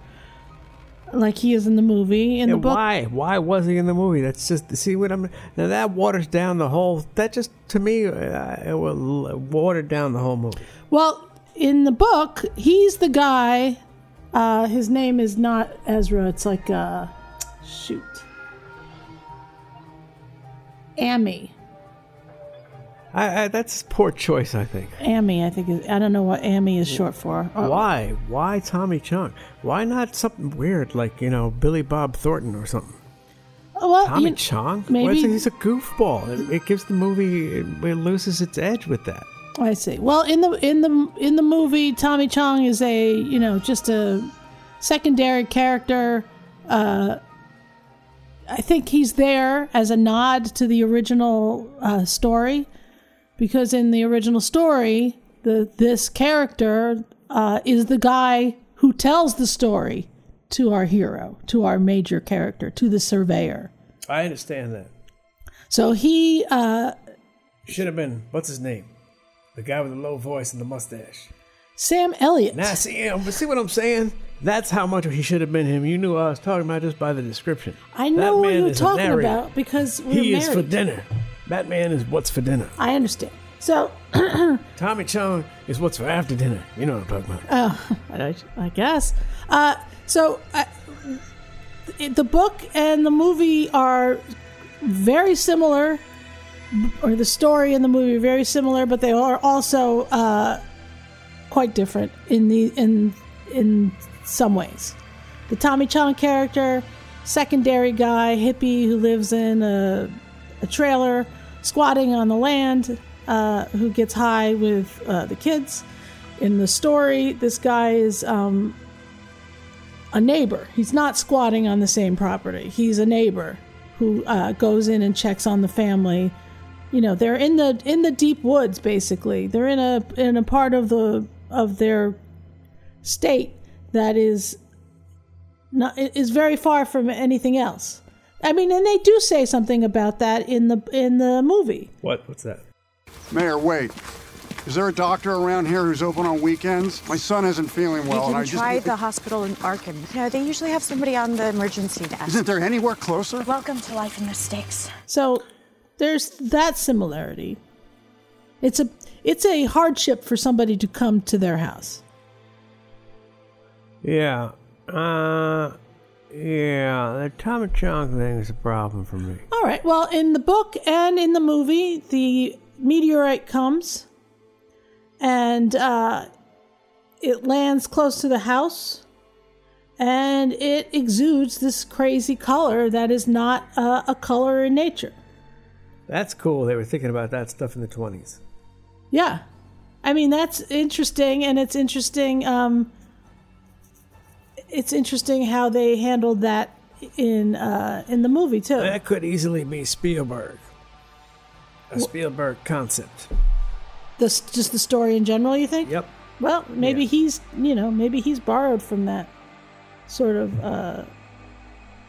[SPEAKER 3] like he is in the movie. In
[SPEAKER 2] Yeah,
[SPEAKER 3] the book,
[SPEAKER 2] Why? Why was he in the movie? That's just see what I'm now. That waters down the whole. That just to me, uh, it will l- water down the whole movie.
[SPEAKER 3] Well, in the book, he's the guy. Uh, his name is not Ezra. It's like uh, shoot, Amy.
[SPEAKER 2] I, I, that's poor choice, I think.
[SPEAKER 3] Amy, I think. Is, I don't know what Amy is short for. Uh,
[SPEAKER 2] Why? Why Tommy Chung? Why not something weird like you know Billy Bob Thornton or something?
[SPEAKER 3] Well,
[SPEAKER 2] Tommy
[SPEAKER 3] Uh, you-
[SPEAKER 2] Chong?
[SPEAKER 3] maybe-
[SPEAKER 2] What's- he's a goofball. It, it gives the movie it, it loses its edge with that.
[SPEAKER 3] I see. Well, in the in the in the movie, Tommy Chong is a you know just a secondary character. Uh, I think he's there as a nod to the original uh, story, because in the original story, the this character uh, is the guy who tells the story to our hero, to our major character, to the surveyor.
[SPEAKER 2] I understand that.
[SPEAKER 3] So he. Uh,
[SPEAKER 2] Should have been what's his name, the guy with the low voice and the mustache.
[SPEAKER 3] Sam Elliott.
[SPEAKER 2] Now see, um, see what I'm saying? That's how much he should have been him. You knew I was talking about just by the description.
[SPEAKER 3] I know
[SPEAKER 2] That
[SPEAKER 3] what
[SPEAKER 2] man
[SPEAKER 3] you're
[SPEAKER 2] is a
[SPEAKER 3] talking
[SPEAKER 2] narrator.
[SPEAKER 3] about because we're
[SPEAKER 2] he
[SPEAKER 3] married.
[SPEAKER 2] is for dinner. Batman is what's for dinner.
[SPEAKER 3] I understand. So,
[SPEAKER 2] Tommy Chong is what's for after dinner. You know what I'm talking about.
[SPEAKER 3] oh, I, I guess. Uh, so, I, it- the book and the movie are very similar, or the story and the movie are very similar, but they are also uh, quite different in the in in some ways. The Tommy Chong character, secondary guy, hippie who lives in a, a trailer, squatting on the land, uh, who gets high with uh, the kids. In the story, this guy is um, a neighbor. He's not squatting on the same property. He's a neighbor who uh, goes in and checks on the family. You know, they're in the in the deep woods. Basically, they're in a in a part of the of their state that is not i- is very far from anything else. I mean, and they do say something about that in the in the movie.
[SPEAKER 2] What? What's that?
[SPEAKER 5] Mayor, wait. Is there a doctor around here who's open on weekends? My son isn't feeling well,
[SPEAKER 12] you
[SPEAKER 5] and I
[SPEAKER 12] can
[SPEAKER 5] just.
[SPEAKER 12] try the hospital in Arkham. No, they usually have somebody on the emergency desk.
[SPEAKER 5] Isn't there anywhere closer?
[SPEAKER 12] Welcome to life in the stakes.
[SPEAKER 3] So there's that similarity. It's a it's a hardship for somebody to come to their house.
[SPEAKER 2] Yeah. Uh, yeah. The Tommy Chong thing is a problem for me.
[SPEAKER 3] All right. Well, in the book and in the movie, the meteorite comes and uh, it lands close to the house and it exudes this crazy color that is not uh, a color in nature.
[SPEAKER 2] That's cool. They were thinking about that stuff in the 20s.
[SPEAKER 3] Yeah. I mean, that's interesting, and it's interesting. Um, it's interesting how they handled that in uh, in the movie too.
[SPEAKER 2] That could easily be Spielberg. A Spielberg concept.
[SPEAKER 3] The s just the story in general, you think?
[SPEAKER 2] Yep.
[SPEAKER 3] Well, maybe
[SPEAKER 2] Yeah.
[SPEAKER 3] he's you know maybe he's borrowed from that sort of uh,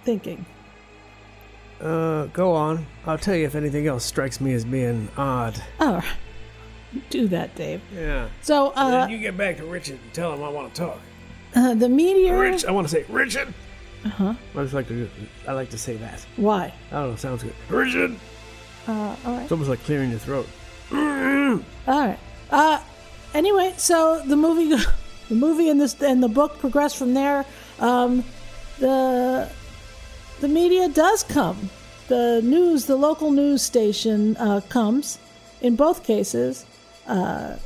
[SPEAKER 3] thinking.
[SPEAKER 2] Uh, go on. I'll tell you if anything else strikes me as being odd.
[SPEAKER 3] Oh, do that, Dave.
[SPEAKER 2] Yeah.
[SPEAKER 3] So,
[SPEAKER 2] And
[SPEAKER 3] uh,
[SPEAKER 2] then you get back to Richard and tell him I want to talk.
[SPEAKER 3] Uh, the meteor.
[SPEAKER 2] Rich, I want to say Richard.
[SPEAKER 3] Uh-huh.
[SPEAKER 2] I just like to. I like to say that.
[SPEAKER 3] Why?
[SPEAKER 2] I don't know. Sounds good. Richard.
[SPEAKER 3] Uh, all right.
[SPEAKER 2] It's almost like clearing your throat.
[SPEAKER 3] All right. Uh, anyway, so the movie, the movie and this and the book progress from there. Um, the the media does come. The news, the local news station uh, comes. In both cases, uh,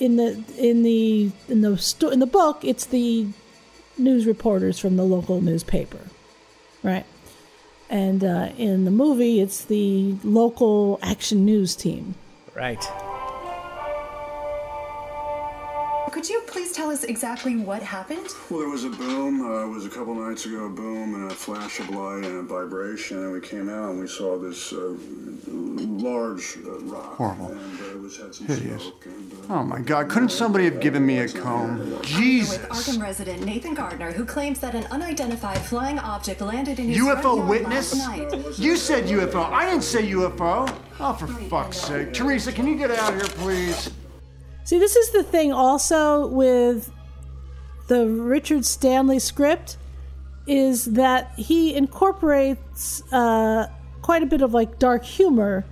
[SPEAKER 3] in the in the in the sto- in the book, it's the news reporters from the local newspaper, right? And uh, in the movie, it's the local action news team.
[SPEAKER 2] Right.
[SPEAKER 13] Could you please tell us exactly what happened?
[SPEAKER 11] Well, there was a boom. Uh, it was a couple nights ago, a boom and a flash of light and a vibration, and we came out and we saw this uh, large uh, rock.
[SPEAKER 5] Horrible.
[SPEAKER 11] And, uh, it was had some
[SPEAKER 5] Hideous.
[SPEAKER 11] smoke. uh,
[SPEAKER 5] Oh my god, couldn't somebody have given me a comb? Jesus!
[SPEAKER 13] With Arkham resident Nathan Gardner, who claims that an unidentified flying object landed in his front
[SPEAKER 5] UFO
[SPEAKER 13] yard
[SPEAKER 5] witness?
[SPEAKER 13] last night.
[SPEAKER 5] You said UFO. I didn't say UFO. Oh, for fuck's sake. Teresa, can you get out here, please?
[SPEAKER 3] See, this is the thing also with the Richard Stanley script. is that he incorporates uh, quite a bit of like dark humor,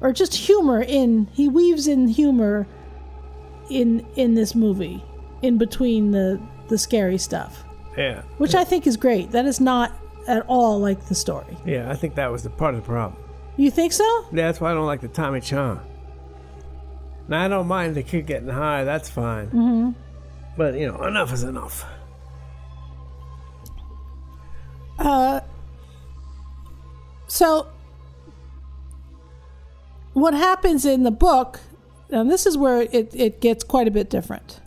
[SPEAKER 3] or just humor in. He weaves in humor in in this movie, in between the the scary stuff,
[SPEAKER 2] Yeah.
[SPEAKER 3] which I think is great. That is not at all like the story.
[SPEAKER 2] Yeah, I think that was the part of the problem.
[SPEAKER 3] You think so?
[SPEAKER 2] Yeah, that's why I don't like the Tommy Chong. Now I don't mind the kid getting high, that's fine.
[SPEAKER 3] Mm-hmm.
[SPEAKER 2] But you know, enough is enough.
[SPEAKER 3] Uh, so what happens in the book and this is where it, it gets quite a bit different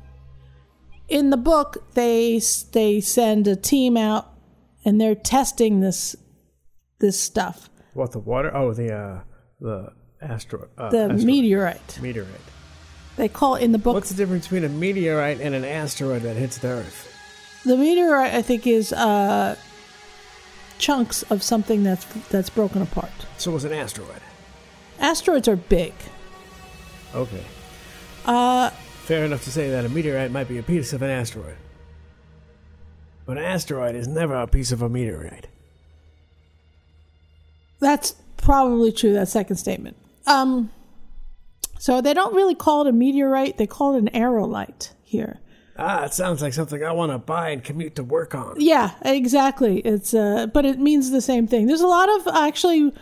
[SPEAKER 3] in the book they s- they send a team out and they're testing this this stuff
[SPEAKER 2] What the water? Oh, the uh, the asteroid. Uh,
[SPEAKER 3] The
[SPEAKER 2] asteroid.
[SPEAKER 3] meteorite.
[SPEAKER 2] Meteorite.
[SPEAKER 3] they call in the book
[SPEAKER 2] What's the difference between a meteorite and an asteroid that hits the Earth?
[SPEAKER 3] the meteorite i think is uh chunks of something that's that's broken apart
[SPEAKER 2] So it was an asteroid.
[SPEAKER 3] asteroids are big
[SPEAKER 2] Okay.
[SPEAKER 3] uh
[SPEAKER 2] Fair enough to say that a meteorite might be a piece of an asteroid. But an asteroid is never a piece of a meteorite.
[SPEAKER 3] That's probably true. That second statement. Um, so they don't really call it a meteorite; they call it an aerolite here.
[SPEAKER 2] Ah, it sounds like something I want to buy and commute to work on.
[SPEAKER 3] Yeah, exactly. It's uh, but it means the same thing. There's a lot of actually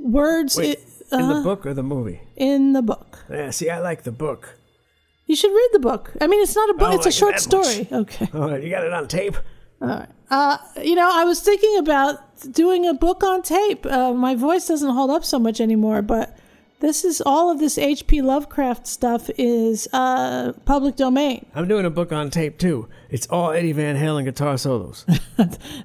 [SPEAKER 3] words
[SPEAKER 2] Wait,
[SPEAKER 3] it-
[SPEAKER 2] in the
[SPEAKER 3] uh-huh,
[SPEAKER 2] book or the movie?
[SPEAKER 3] In the book,
[SPEAKER 2] Yeah, see, I like the book.
[SPEAKER 3] you should read the book. I mean, it's not a book;
[SPEAKER 2] I Oh, like
[SPEAKER 3] it's a
[SPEAKER 2] it
[SPEAKER 3] short
[SPEAKER 2] that much.
[SPEAKER 3] story. Okay.
[SPEAKER 2] Oh, you got it on tape?
[SPEAKER 3] All right. Uh, you know, I was thinking about doing a book on tape. Uh, my voice doesn't hold up so much anymore, but this is all of this H.P. Lovecraft stuff is uh, public domain.
[SPEAKER 2] I'm doing a book on tape too. It's all Eddie Van Halen guitar solos.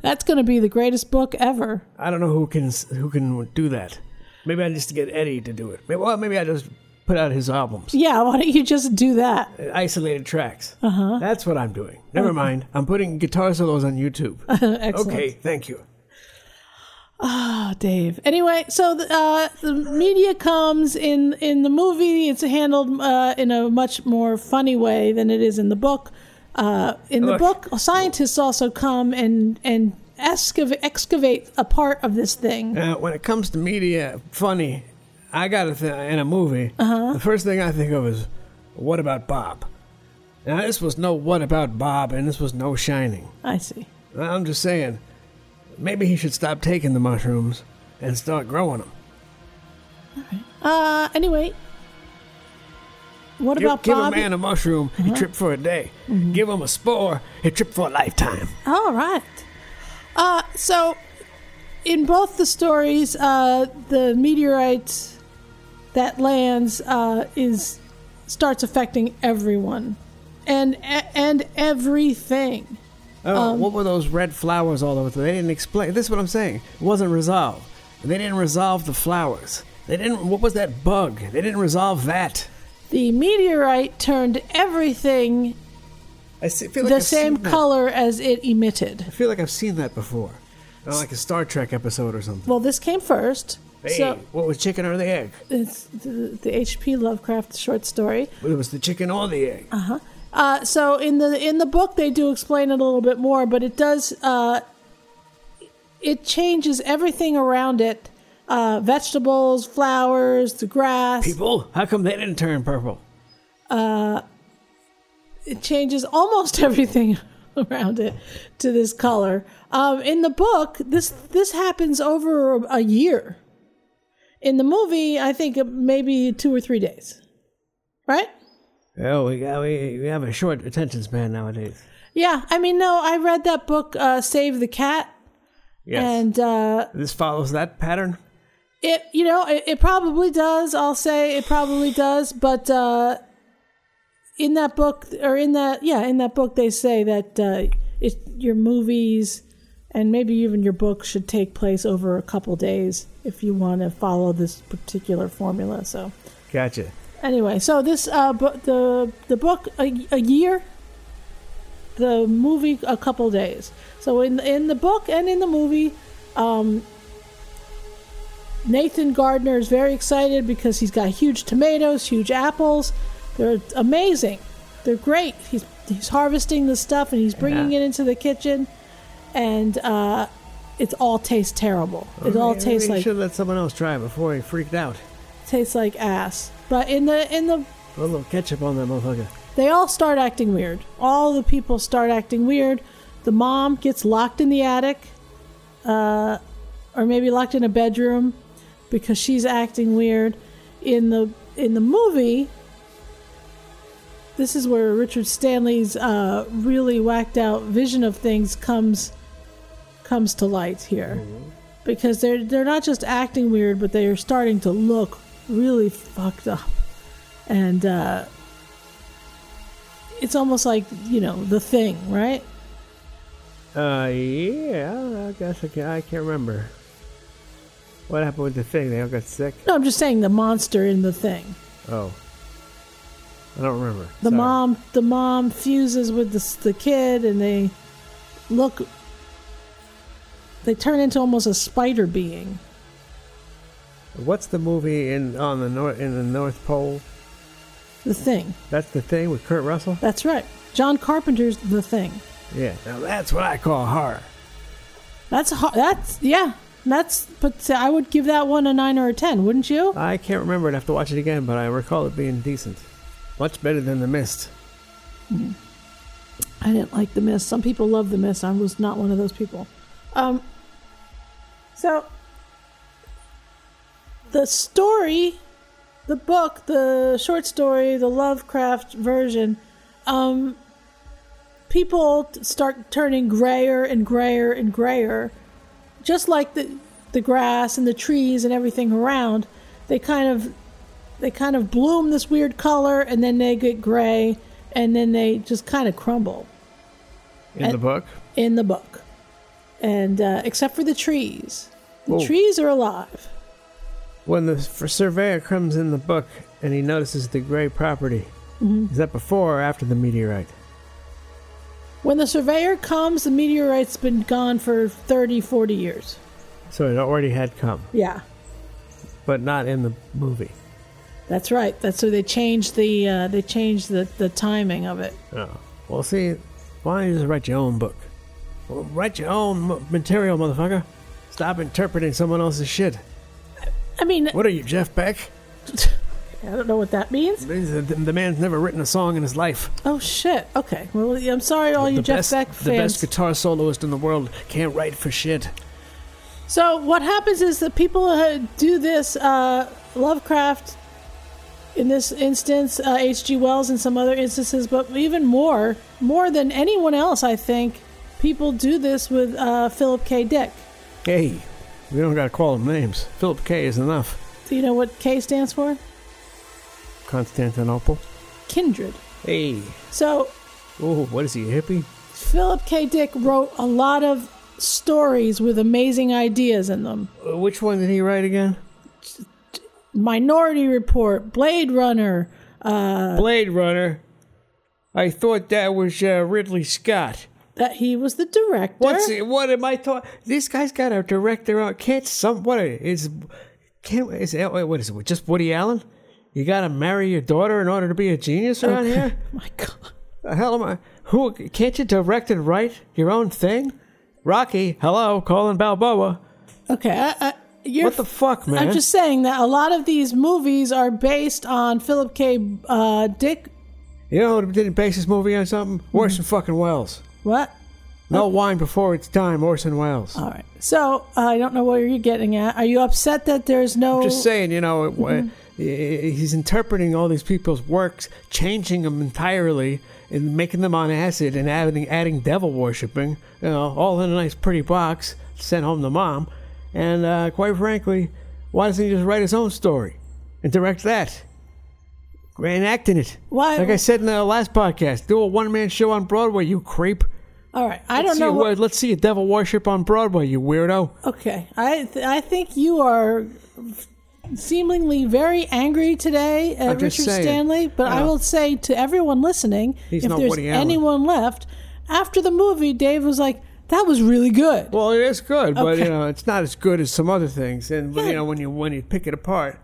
[SPEAKER 3] That's going to be the greatest book ever.
[SPEAKER 2] I don't know who can who can do that. Maybe I just get Eddie to do it. Maybe, well, maybe I just put out his albums,
[SPEAKER 3] Yeah, why don't you just do that?
[SPEAKER 2] isolated tracks.
[SPEAKER 3] Uh huh.
[SPEAKER 2] That's what I'm doing. Never
[SPEAKER 3] Okay.
[SPEAKER 2] mind. I'm putting guitar solos on YouTube.
[SPEAKER 3] Excellent.
[SPEAKER 2] okay, thank you.
[SPEAKER 3] Ah, Dave. Anyway, so the, uh, the media comes in in the movie. It's handled uh, in a much more funny way than it is in the book. Uh, in the
[SPEAKER 2] Look.
[SPEAKER 3] book, scientists also come and and excavate, excavate a part of this thing.
[SPEAKER 2] Uh, when it comes to media, funny, I got a th- in a movie.
[SPEAKER 3] Uh-huh.
[SPEAKER 2] The first thing I think of is, what about Bob? Now this was no what about Bob, and this was no Shining.
[SPEAKER 3] I see.
[SPEAKER 2] I'm just saying, maybe he should stop taking the mushrooms and start growing them.
[SPEAKER 3] Uh, anyway, what
[SPEAKER 2] You
[SPEAKER 3] about
[SPEAKER 2] give
[SPEAKER 3] Bobby? Uh-huh. Mm-hmm.
[SPEAKER 2] a man a mushroom, he tripped for a day. Give him a spore, he tripped for a lifetime.
[SPEAKER 3] All right. Uh, so, in both the stories, uh, the meteorite that lands uh, is starts affecting everyone and and everything.
[SPEAKER 2] Oh,
[SPEAKER 3] Um,
[SPEAKER 2] what were those red flowers all over? They didn't explain. This is what I'm saying. It wasn't resolved. They didn't resolve the flowers. They didn't. What was that bug? They didn't resolve that.
[SPEAKER 3] The meteorite turned everything
[SPEAKER 2] I s- feel like
[SPEAKER 3] the
[SPEAKER 2] I've
[SPEAKER 3] same
[SPEAKER 2] seen that.
[SPEAKER 3] color as it emitted.
[SPEAKER 2] I feel like I've seen that before, Uh, like a Star Trek episode or something.
[SPEAKER 3] Well, this came first.
[SPEAKER 2] Hey,
[SPEAKER 3] So
[SPEAKER 2] what was chicken or the egg?
[SPEAKER 3] it's the, the H.P. Lovecraft short story.
[SPEAKER 2] Well, It was the chicken or the egg.
[SPEAKER 3] Uh-huh. Uh So in the in the book they do explain it a little bit more, but it does uh, it changes everything around it: uh, vegetables, flowers, the grass.
[SPEAKER 2] People, how come they didn't turn purple?
[SPEAKER 3] Uh, it changes almost everything around it to this color. Um, in the book, this this happens over a year. In the movie, I think maybe two or three days, right?
[SPEAKER 2] Oh, we got we, we have a short attention span nowadays.
[SPEAKER 3] Yeah, I mean, no, I read that book, uh, Save the Cat,
[SPEAKER 2] Yes.
[SPEAKER 3] and uh,
[SPEAKER 2] this follows that pattern.
[SPEAKER 3] it, you know, it, it probably does. I'll say it probably does, but uh, in that book, or in that, yeah, in that book, they say that uh, it, your movies and maybe even your book should take place over a couple days if you want to follow this particular formula. So,
[SPEAKER 2] Gotcha.
[SPEAKER 3] Anyway, so this uh, bu- the the book a, a year, the movie a couple days. So in in the book and in the movie, um, Nathan Gardner is very excited because he's got huge tomatoes, huge apples. They're amazing. They're great. He's he's harvesting the stuff and he's bringing
[SPEAKER 2] Yeah.
[SPEAKER 3] it into the kitchen, and uh, it all tastes terrible. It all
[SPEAKER 2] Maybe
[SPEAKER 3] tastes
[SPEAKER 2] we
[SPEAKER 3] like
[SPEAKER 2] should let someone else try it before he freaked out.
[SPEAKER 3] tastes like ass. But in the in the
[SPEAKER 2] Put a little ketchup on that motherfucker.
[SPEAKER 3] they all start acting weird. All the people start acting weird. The mom gets locked in the attic, uh, or maybe locked in a bedroom because she's acting weird. In the in the movie, this is where Richard Stanley's uh, really whacked out vision of things comes comes to light here, because they're they're not just acting weird, but they are starting to look really fucked up, and. Uh, it's almost like you know the thing, right?
[SPEAKER 2] Uh, yeah, I guess I can't, I can't remember. What happened with the thing? They all got sick?
[SPEAKER 3] No, I'm just saying the monster in the thing.
[SPEAKER 2] Oh. I don't remember.
[SPEAKER 3] The
[SPEAKER 2] Sorry.
[SPEAKER 3] mom, the mom fuses with the s- the kid, and they look. They turn into almost a spider being.
[SPEAKER 2] What's the movie in on the north in the North Pole?
[SPEAKER 3] The thing.
[SPEAKER 2] That's the thing with Kurt Russell.
[SPEAKER 3] That's right. John Carpenter's The Thing.
[SPEAKER 2] Yeah. Now that's what I call horror.
[SPEAKER 3] That's ho- that's yeah. That's but I would give that one a nine or a ten, wouldn't you?
[SPEAKER 2] I can't remember. I'd have to watch it again, but I recall it being decent. Much better than The Mist.
[SPEAKER 3] I didn't like The Mist. Some people love The Mist. I was not one of those people. Um, so the story, the book, the short story, the Lovecraft version, um, people t- start turning grayer and grayer and grayer, just like the the grass and the trees and everything around. They kind of they kind of bloom this weird color and then they get gray and then they just kind of crumble
[SPEAKER 2] In
[SPEAKER 3] And-
[SPEAKER 2] the book?
[SPEAKER 3] in the book. And uh, except for the trees, the
[SPEAKER 2] Whoa.
[SPEAKER 3] trees are alive.
[SPEAKER 2] When the f- surveyor comes in the book and he notices the gray property,
[SPEAKER 3] Mhm.
[SPEAKER 2] is that before or after the meteorite?
[SPEAKER 3] When the surveyor comes, the meteorite's been gone for 30, 40 years.
[SPEAKER 2] So it already had come,
[SPEAKER 3] Yeah,
[SPEAKER 2] but not in the movie.
[SPEAKER 3] that's right. That's so they changed the uh, they changed the, the timing of it.
[SPEAKER 2] Oh. Well, see, why don't you just write your own book? Well, write your own m- material, motherfucker. Stop interpreting someone else's shit.
[SPEAKER 3] I mean,
[SPEAKER 2] What are you, Jeff Beck?
[SPEAKER 3] I don't know what that means.
[SPEAKER 2] It means that the, the man's never written a song in his life.
[SPEAKER 3] Oh shit. Okay. Well, I'm sorry, all you
[SPEAKER 2] the
[SPEAKER 3] Jeff
[SPEAKER 2] best,
[SPEAKER 3] Beck
[SPEAKER 2] the
[SPEAKER 3] fans.
[SPEAKER 2] best guitar soloist in the world can't write for shit.
[SPEAKER 3] So what happens is that people uh, do this uh, Lovecraft, in this instance, uh, H.G. Wells, in some other instances, but even more, more than anyone else, I think, people do this with uh, Philip K. Dick.
[SPEAKER 2] Hey, we don't gotta call them names. Philip K is enough.
[SPEAKER 3] Do you know what K stands for?
[SPEAKER 2] Constantinople.
[SPEAKER 3] Kindred.
[SPEAKER 2] Hey.
[SPEAKER 3] So
[SPEAKER 2] Oh, what is he, a hippie?
[SPEAKER 3] Philip K. Dick wrote a lot of stories with amazing ideas in them.
[SPEAKER 2] Uh, Which one did he write again?
[SPEAKER 3] Minority Report, Blade Runner. Uh,
[SPEAKER 2] Blade Runner. I thought that was uh, Ridley Scott.
[SPEAKER 3] That he was the director.
[SPEAKER 2] What's what am I thought? This guy's got a director on. Can't some what is? Can't is uh, what is it? Just Woody Allen? You got to marry your daughter in order to be a genius around
[SPEAKER 3] Okay.
[SPEAKER 2] here?
[SPEAKER 3] Oh My God.
[SPEAKER 2] The hell am I? Who can't you direct and write your own thing? Rocky, hello, Colin Balboa.
[SPEAKER 3] Okay, I, I, you're,
[SPEAKER 2] What the fuck, man?
[SPEAKER 3] I'm just saying that a lot of these movies are based on Philip K. Uh, Dick.
[SPEAKER 2] You know, who didn't base this movie on something worse
[SPEAKER 3] Mm.
[SPEAKER 2] than fucking Wells.
[SPEAKER 3] What? Oh.
[SPEAKER 2] No wine before it's time, Orson Welles.
[SPEAKER 3] All right. So uh, I don't know where you're getting at. Are you upset that there's no?
[SPEAKER 2] I'm just saying, you know, it,
[SPEAKER 3] Mm-hmm.
[SPEAKER 2] uh, he's interpreting all these people's works, changing them entirely, and making them on acid, and adding adding devil worshiping. You know, all in a nice pretty box, sent home to mom. And uh, quite frankly, why doesn't he just write his own story and direct that? And act in it.
[SPEAKER 3] Why-
[SPEAKER 2] Like I said in the last podcast, do a one man show on Broadway, you creep.
[SPEAKER 3] All right. I
[SPEAKER 2] Let's
[SPEAKER 3] don't
[SPEAKER 2] see
[SPEAKER 3] know.
[SPEAKER 2] a-
[SPEAKER 3] What...
[SPEAKER 2] let's see a devil worship on Broadway, you weirdo.
[SPEAKER 3] Okay. I th- I think you are seemingly very angry today, uh,
[SPEAKER 2] I'm
[SPEAKER 3] Richard
[SPEAKER 2] just saying.
[SPEAKER 3] Stanley. But I
[SPEAKER 2] Yeah.
[SPEAKER 3] will say to everyone listening,
[SPEAKER 2] He's
[SPEAKER 3] if
[SPEAKER 2] not
[SPEAKER 3] there's
[SPEAKER 2] Woody Allen.
[SPEAKER 3] anyone left after the movie, Dave was like, "That was really good."
[SPEAKER 2] Well, it is good, but
[SPEAKER 3] Okay.
[SPEAKER 2] you know, it's not as good as some other things. And you know, when you when you pick it apart,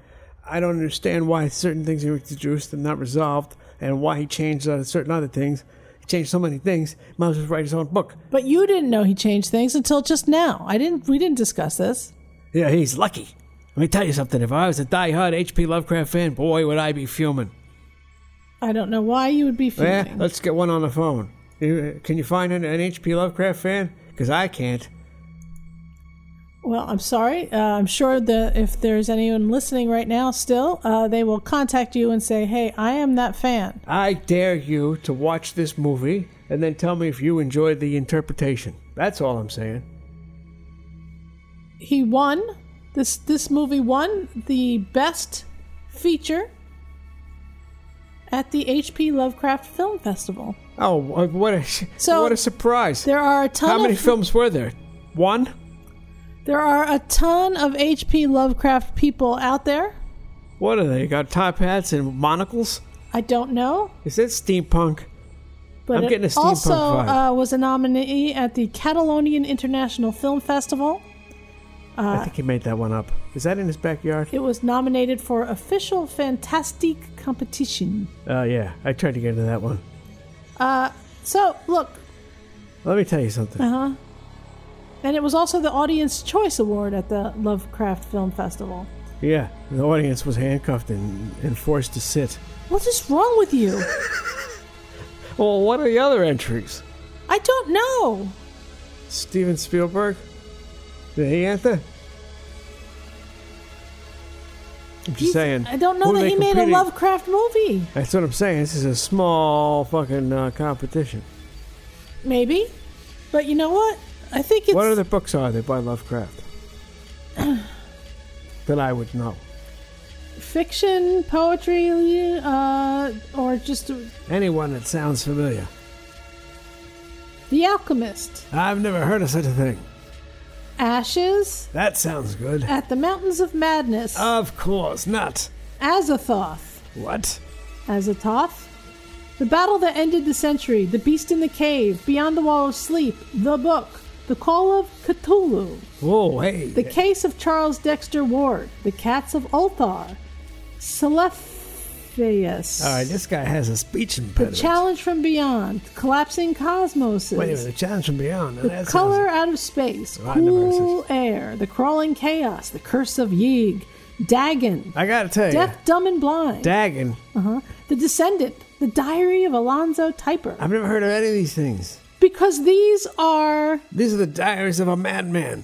[SPEAKER 2] I don't understand why certain things he introduced and not resolved, and why he changed on certain other things. changed so many things. Might as well write his own book.
[SPEAKER 3] But you didn't know he changed things until just now. I didn't. We didn't discuss this.
[SPEAKER 2] Yeah, he's lucky. Let me tell you something. If I was a die-hard H.P. Lovecraft fan, boy, would I be fuming.
[SPEAKER 3] I don't know why you would be fuming.
[SPEAKER 2] Yeah, let's get one on the phone. Can you find an, an H.P. Lovecraft fan? Because I can't.
[SPEAKER 3] Well, I'm sorry. Uh, I'm sure that if there's anyone listening right now still, uh, they will contact you and say, hey, I am that fan.
[SPEAKER 2] I dare you to watch this movie and then tell me if you enjoyed the interpretation. That's all I'm saying.
[SPEAKER 3] He won. This, this movie won the best feature at the H.P. Lovecraft Film Festival.
[SPEAKER 2] Oh, what a, so what a surprise.
[SPEAKER 3] There are a ton
[SPEAKER 2] How many
[SPEAKER 3] of,
[SPEAKER 2] films were there? One?
[SPEAKER 3] There are a ton of H.P. Lovecraft people out there.
[SPEAKER 2] What are they? Got top hats and monocles?
[SPEAKER 3] I don't know.
[SPEAKER 2] Is that steampunk?
[SPEAKER 3] But
[SPEAKER 2] I'm
[SPEAKER 3] it
[SPEAKER 2] getting a steampunk
[SPEAKER 3] also
[SPEAKER 2] vibe.
[SPEAKER 3] Uh, was a nominee at the Catalonian International Film Festival. Uh,
[SPEAKER 2] I think he made that one up. Is that in his backyard?
[SPEAKER 3] It was nominated for Official Fantastic Competition.
[SPEAKER 2] Uh, yeah, I tried to get into that one.
[SPEAKER 3] Uh, so, look.
[SPEAKER 2] Let me tell you something.
[SPEAKER 3] Uh huh. And it was also the Audience Choice Award at the Lovecraft Film Festival.
[SPEAKER 2] Yeah, the audience was handcuffed and, and forced to sit.
[SPEAKER 3] What is wrong with you?
[SPEAKER 2] Well, what are the other entries?
[SPEAKER 3] I don't know.
[SPEAKER 2] Steven Spielberg? Did he enter? I'm just
[SPEAKER 3] He's-
[SPEAKER 2] saying.
[SPEAKER 3] I don't know
[SPEAKER 2] who
[SPEAKER 3] that
[SPEAKER 2] they
[SPEAKER 3] he made a
[SPEAKER 2] competing-
[SPEAKER 3] Lovecraft movie.
[SPEAKER 2] That's what I'm saying. This is a small fucking uh, competition.
[SPEAKER 3] Maybe. But you know what? I think it's.
[SPEAKER 2] what other books are there by Lovecraft? that I would know.
[SPEAKER 3] fiction, poetry, uh, or just
[SPEAKER 2] Anyone that sounds familiar.
[SPEAKER 3] The Alchemist,
[SPEAKER 2] I've never heard of such a thing.
[SPEAKER 3] Ashes,
[SPEAKER 2] That sounds good.
[SPEAKER 3] At the Mountains of Madness,
[SPEAKER 2] Of course not.
[SPEAKER 3] Azathoth,
[SPEAKER 2] What?
[SPEAKER 3] Azathoth, The Battle That Ended the Century, The Beast in the Cave, Beyond the Wall of Sleep, The Book, The Call of Cthulhu,
[SPEAKER 2] Whoa, Oh, hey.
[SPEAKER 3] The Case of Charles Dexter Ward, The Cats of Ulthar, Celepheus,
[SPEAKER 2] All right, this guy has a speech
[SPEAKER 3] The
[SPEAKER 2] impediment.
[SPEAKER 3] Challenge from Beyond, Collapsing Cosmoses.
[SPEAKER 2] Wait a minute, the challenge from beyond. Now
[SPEAKER 3] The
[SPEAKER 2] that sounds-
[SPEAKER 3] color out of space,
[SPEAKER 2] Well, I never heard
[SPEAKER 3] cool air, the crawling chaos, the curse of Yig, Dagon,
[SPEAKER 2] I gotta tell you,
[SPEAKER 3] deaf, dumb, and blind,
[SPEAKER 2] Dagon.
[SPEAKER 3] uh-huh. the descendant, the diary of Alonzo Typer.
[SPEAKER 2] I've never heard of any of these things.
[SPEAKER 3] Because these are
[SPEAKER 2] These are the diaries of a madman.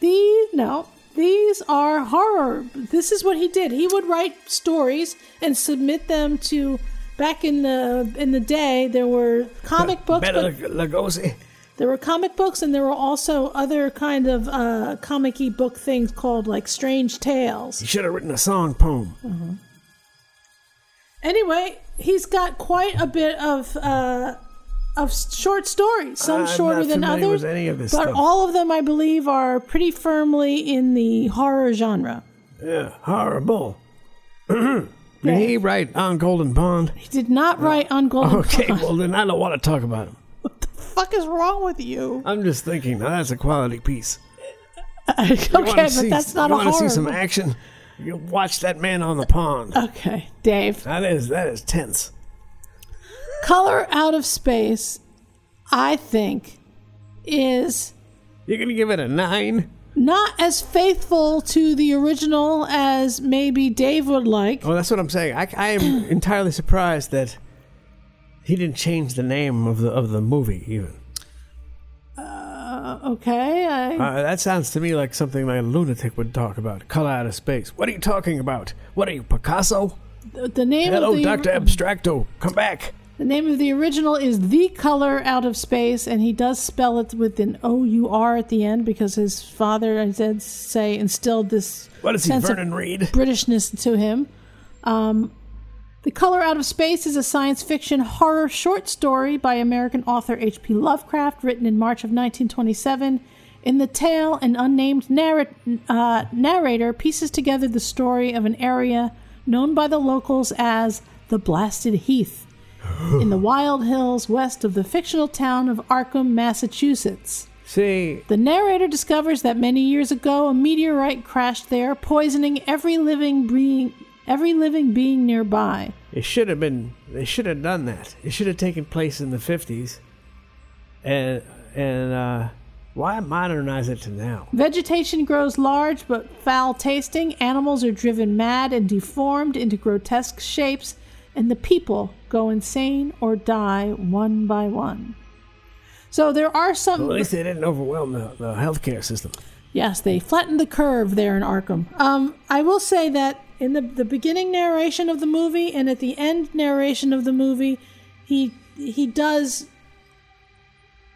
[SPEAKER 3] the no, these are horror. This is what he did. He would write stories and submit them to. Back in the in the day, there were comic books, but
[SPEAKER 2] Better Lugosi.
[SPEAKER 3] There were comic books, and there were also other kind of uh, comic-y book things called like Strange Tales.
[SPEAKER 2] He should have written a song poem.
[SPEAKER 3] Anyway, he's got quite a bit of uh, of short stories, some
[SPEAKER 2] I'm
[SPEAKER 3] shorter
[SPEAKER 2] not
[SPEAKER 3] than
[SPEAKER 2] familiar
[SPEAKER 3] others,
[SPEAKER 2] with any of this
[SPEAKER 3] but
[SPEAKER 2] stuff.
[SPEAKER 3] all of them, I believe, are pretty firmly in the horror genre.
[SPEAKER 2] Yeah, horrible. Did he write on Golden Pond?
[SPEAKER 3] He did not write on Golden.
[SPEAKER 2] Okay,
[SPEAKER 3] Pond.
[SPEAKER 2] well then I don't want to talk about him.
[SPEAKER 3] fuck is wrong with you?
[SPEAKER 2] I'm just thinking now that's a quality piece.
[SPEAKER 3] okay,
[SPEAKER 2] You wanna
[SPEAKER 3] but
[SPEAKER 2] see-
[SPEAKER 3] that's not
[SPEAKER 2] you
[SPEAKER 3] a horror.
[SPEAKER 2] want to see some
[SPEAKER 3] book.
[SPEAKER 2] action? You watch that man on the pond.
[SPEAKER 3] okay, Dave.
[SPEAKER 2] That is that is tense.
[SPEAKER 3] Color Out of Space, I think, is
[SPEAKER 2] You're gonna give it a nine?
[SPEAKER 3] not as faithful to the original as maybe Dave would like.
[SPEAKER 2] Well, Oh, that's what I'm saying. I, I am entirely surprised that he didn't change the name of the of the movie. Even Oh.
[SPEAKER 3] Uh, okay, I,
[SPEAKER 2] uh, that sounds to me like something like a lunatic would talk about. Color out of space. What are you talking about? What are you, Picasso?
[SPEAKER 3] the name
[SPEAKER 2] Hello,
[SPEAKER 3] of the
[SPEAKER 2] Doctor Abstracto. Come back.
[SPEAKER 3] the name of the original is The Color Out of Space, and he does spell it with an O U R at the end because his father, I did say, instilled this
[SPEAKER 2] What is he,
[SPEAKER 3] sense of
[SPEAKER 2] Vernon Reed?
[SPEAKER 3] Britishness to him. Um, the Color Out of Space is a science fiction horror short story by American author H.P. Lovecraft, written in March of 1927. In the tale, an unnamed narr- uh, narrator pieces together the story of an area known by the locals as the Blasted Heath in the wild hills west of the fictional town of Arkham, Massachusetts.
[SPEAKER 2] See,
[SPEAKER 3] The narrator discovers that many years ago a meteorite crashed there, poisoning every living being every living being nearby.
[SPEAKER 2] It should have been. They should have done that. It should have taken place in the fifties, and and uh, why modernize it to now?
[SPEAKER 3] Vegetation grows large but foul tasting. Animals are driven mad and deformed into grotesque shapes, and the people go insane or die one by one. So there are some.
[SPEAKER 2] Well, at least they didn't overwhelm the, the healthcare system.
[SPEAKER 3] Yes, they flattened the curve there in Arkham. Um, I will say that in the, the beginning narration of the movie and at the end narration of the movie, he he does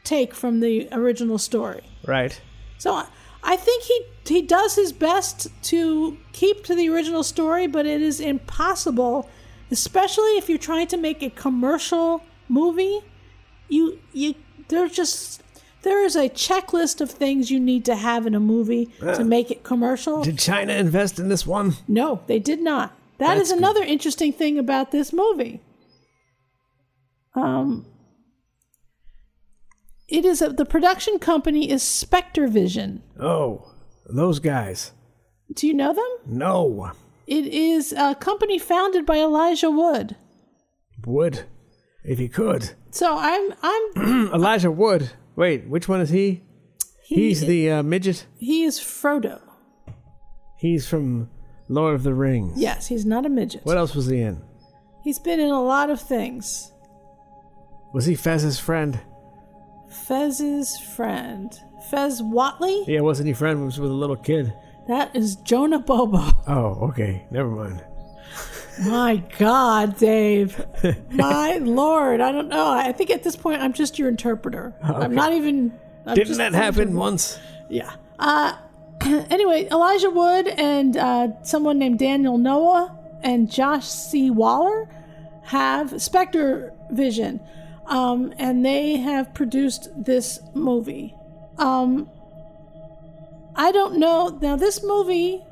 [SPEAKER 3] take from the original story.
[SPEAKER 2] Right.
[SPEAKER 3] So I- I think he he does his best to keep to the original story, but it is impossible, especially if you're trying to make a commercial movie. You you there's just there is a checklist of things you need to have in a movie
[SPEAKER 2] Yeah.
[SPEAKER 3] to make it commercial.
[SPEAKER 2] Did China invest in this one?
[SPEAKER 3] No, they did not. That's
[SPEAKER 2] That's good.
[SPEAKER 3] another interesting thing about this movie. Um, it is a, the production company is Spectre Vision.
[SPEAKER 2] Oh, those guys.
[SPEAKER 3] Do you know them?
[SPEAKER 2] No.
[SPEAKER 3] It is a company founded by Elijah Wood.
[SPEAKER 2] Wood. If he could.
[SPEAKER 3] So I'm I'm
[SPEAKER 2] Elijah Wood. Wait, which one is he? He's
[SPEAKER 3] He-
[SPEAKER 2] the uh, midget.
[SPEAKER 3] he is Frodo.
[SPEAKER 2] He's from Lord of the Rings.
[SPEAKER 3] Yes, he's not a midget.
[SPEAKER 2] What else was he in?
[SPEAKER 3] He's been in a lot of things.
[SPEAKER 2] Was he Fez's friend?
[SPEAKER 3] Fez's friend, Fez Watley.
[SPEAKER 2] Yeah, wasn't he friend was with a little kid?
[SPEAKER 3] That is Jonah Bobo.
[SPEAKER 2] Oh, okay. Never mind.
[SPEAKER 3] My God, Dave. My Lord. I don't know. I think at this point I'm just your interpreter.
[SPEAKER 2] Okay.
[SPEAKER 3] I'm not even. I'm
[SPEAKER 2] Didn't
[SPEAKER 3] just
[SPEAKER 2] that
[SPEAKER 3] the
[SPEAKER 2] happen
[SPEAKER 3] interpreter.
[SPEAKER 2] once?
[SPEAKER 3] Yeah. Uh, anyway, Elijah Wood and uh, someone named Daniel Noah and Josh C. Waller have Spectre Vision, um, and they have produced this movie. Um, I don't know. Now, this movie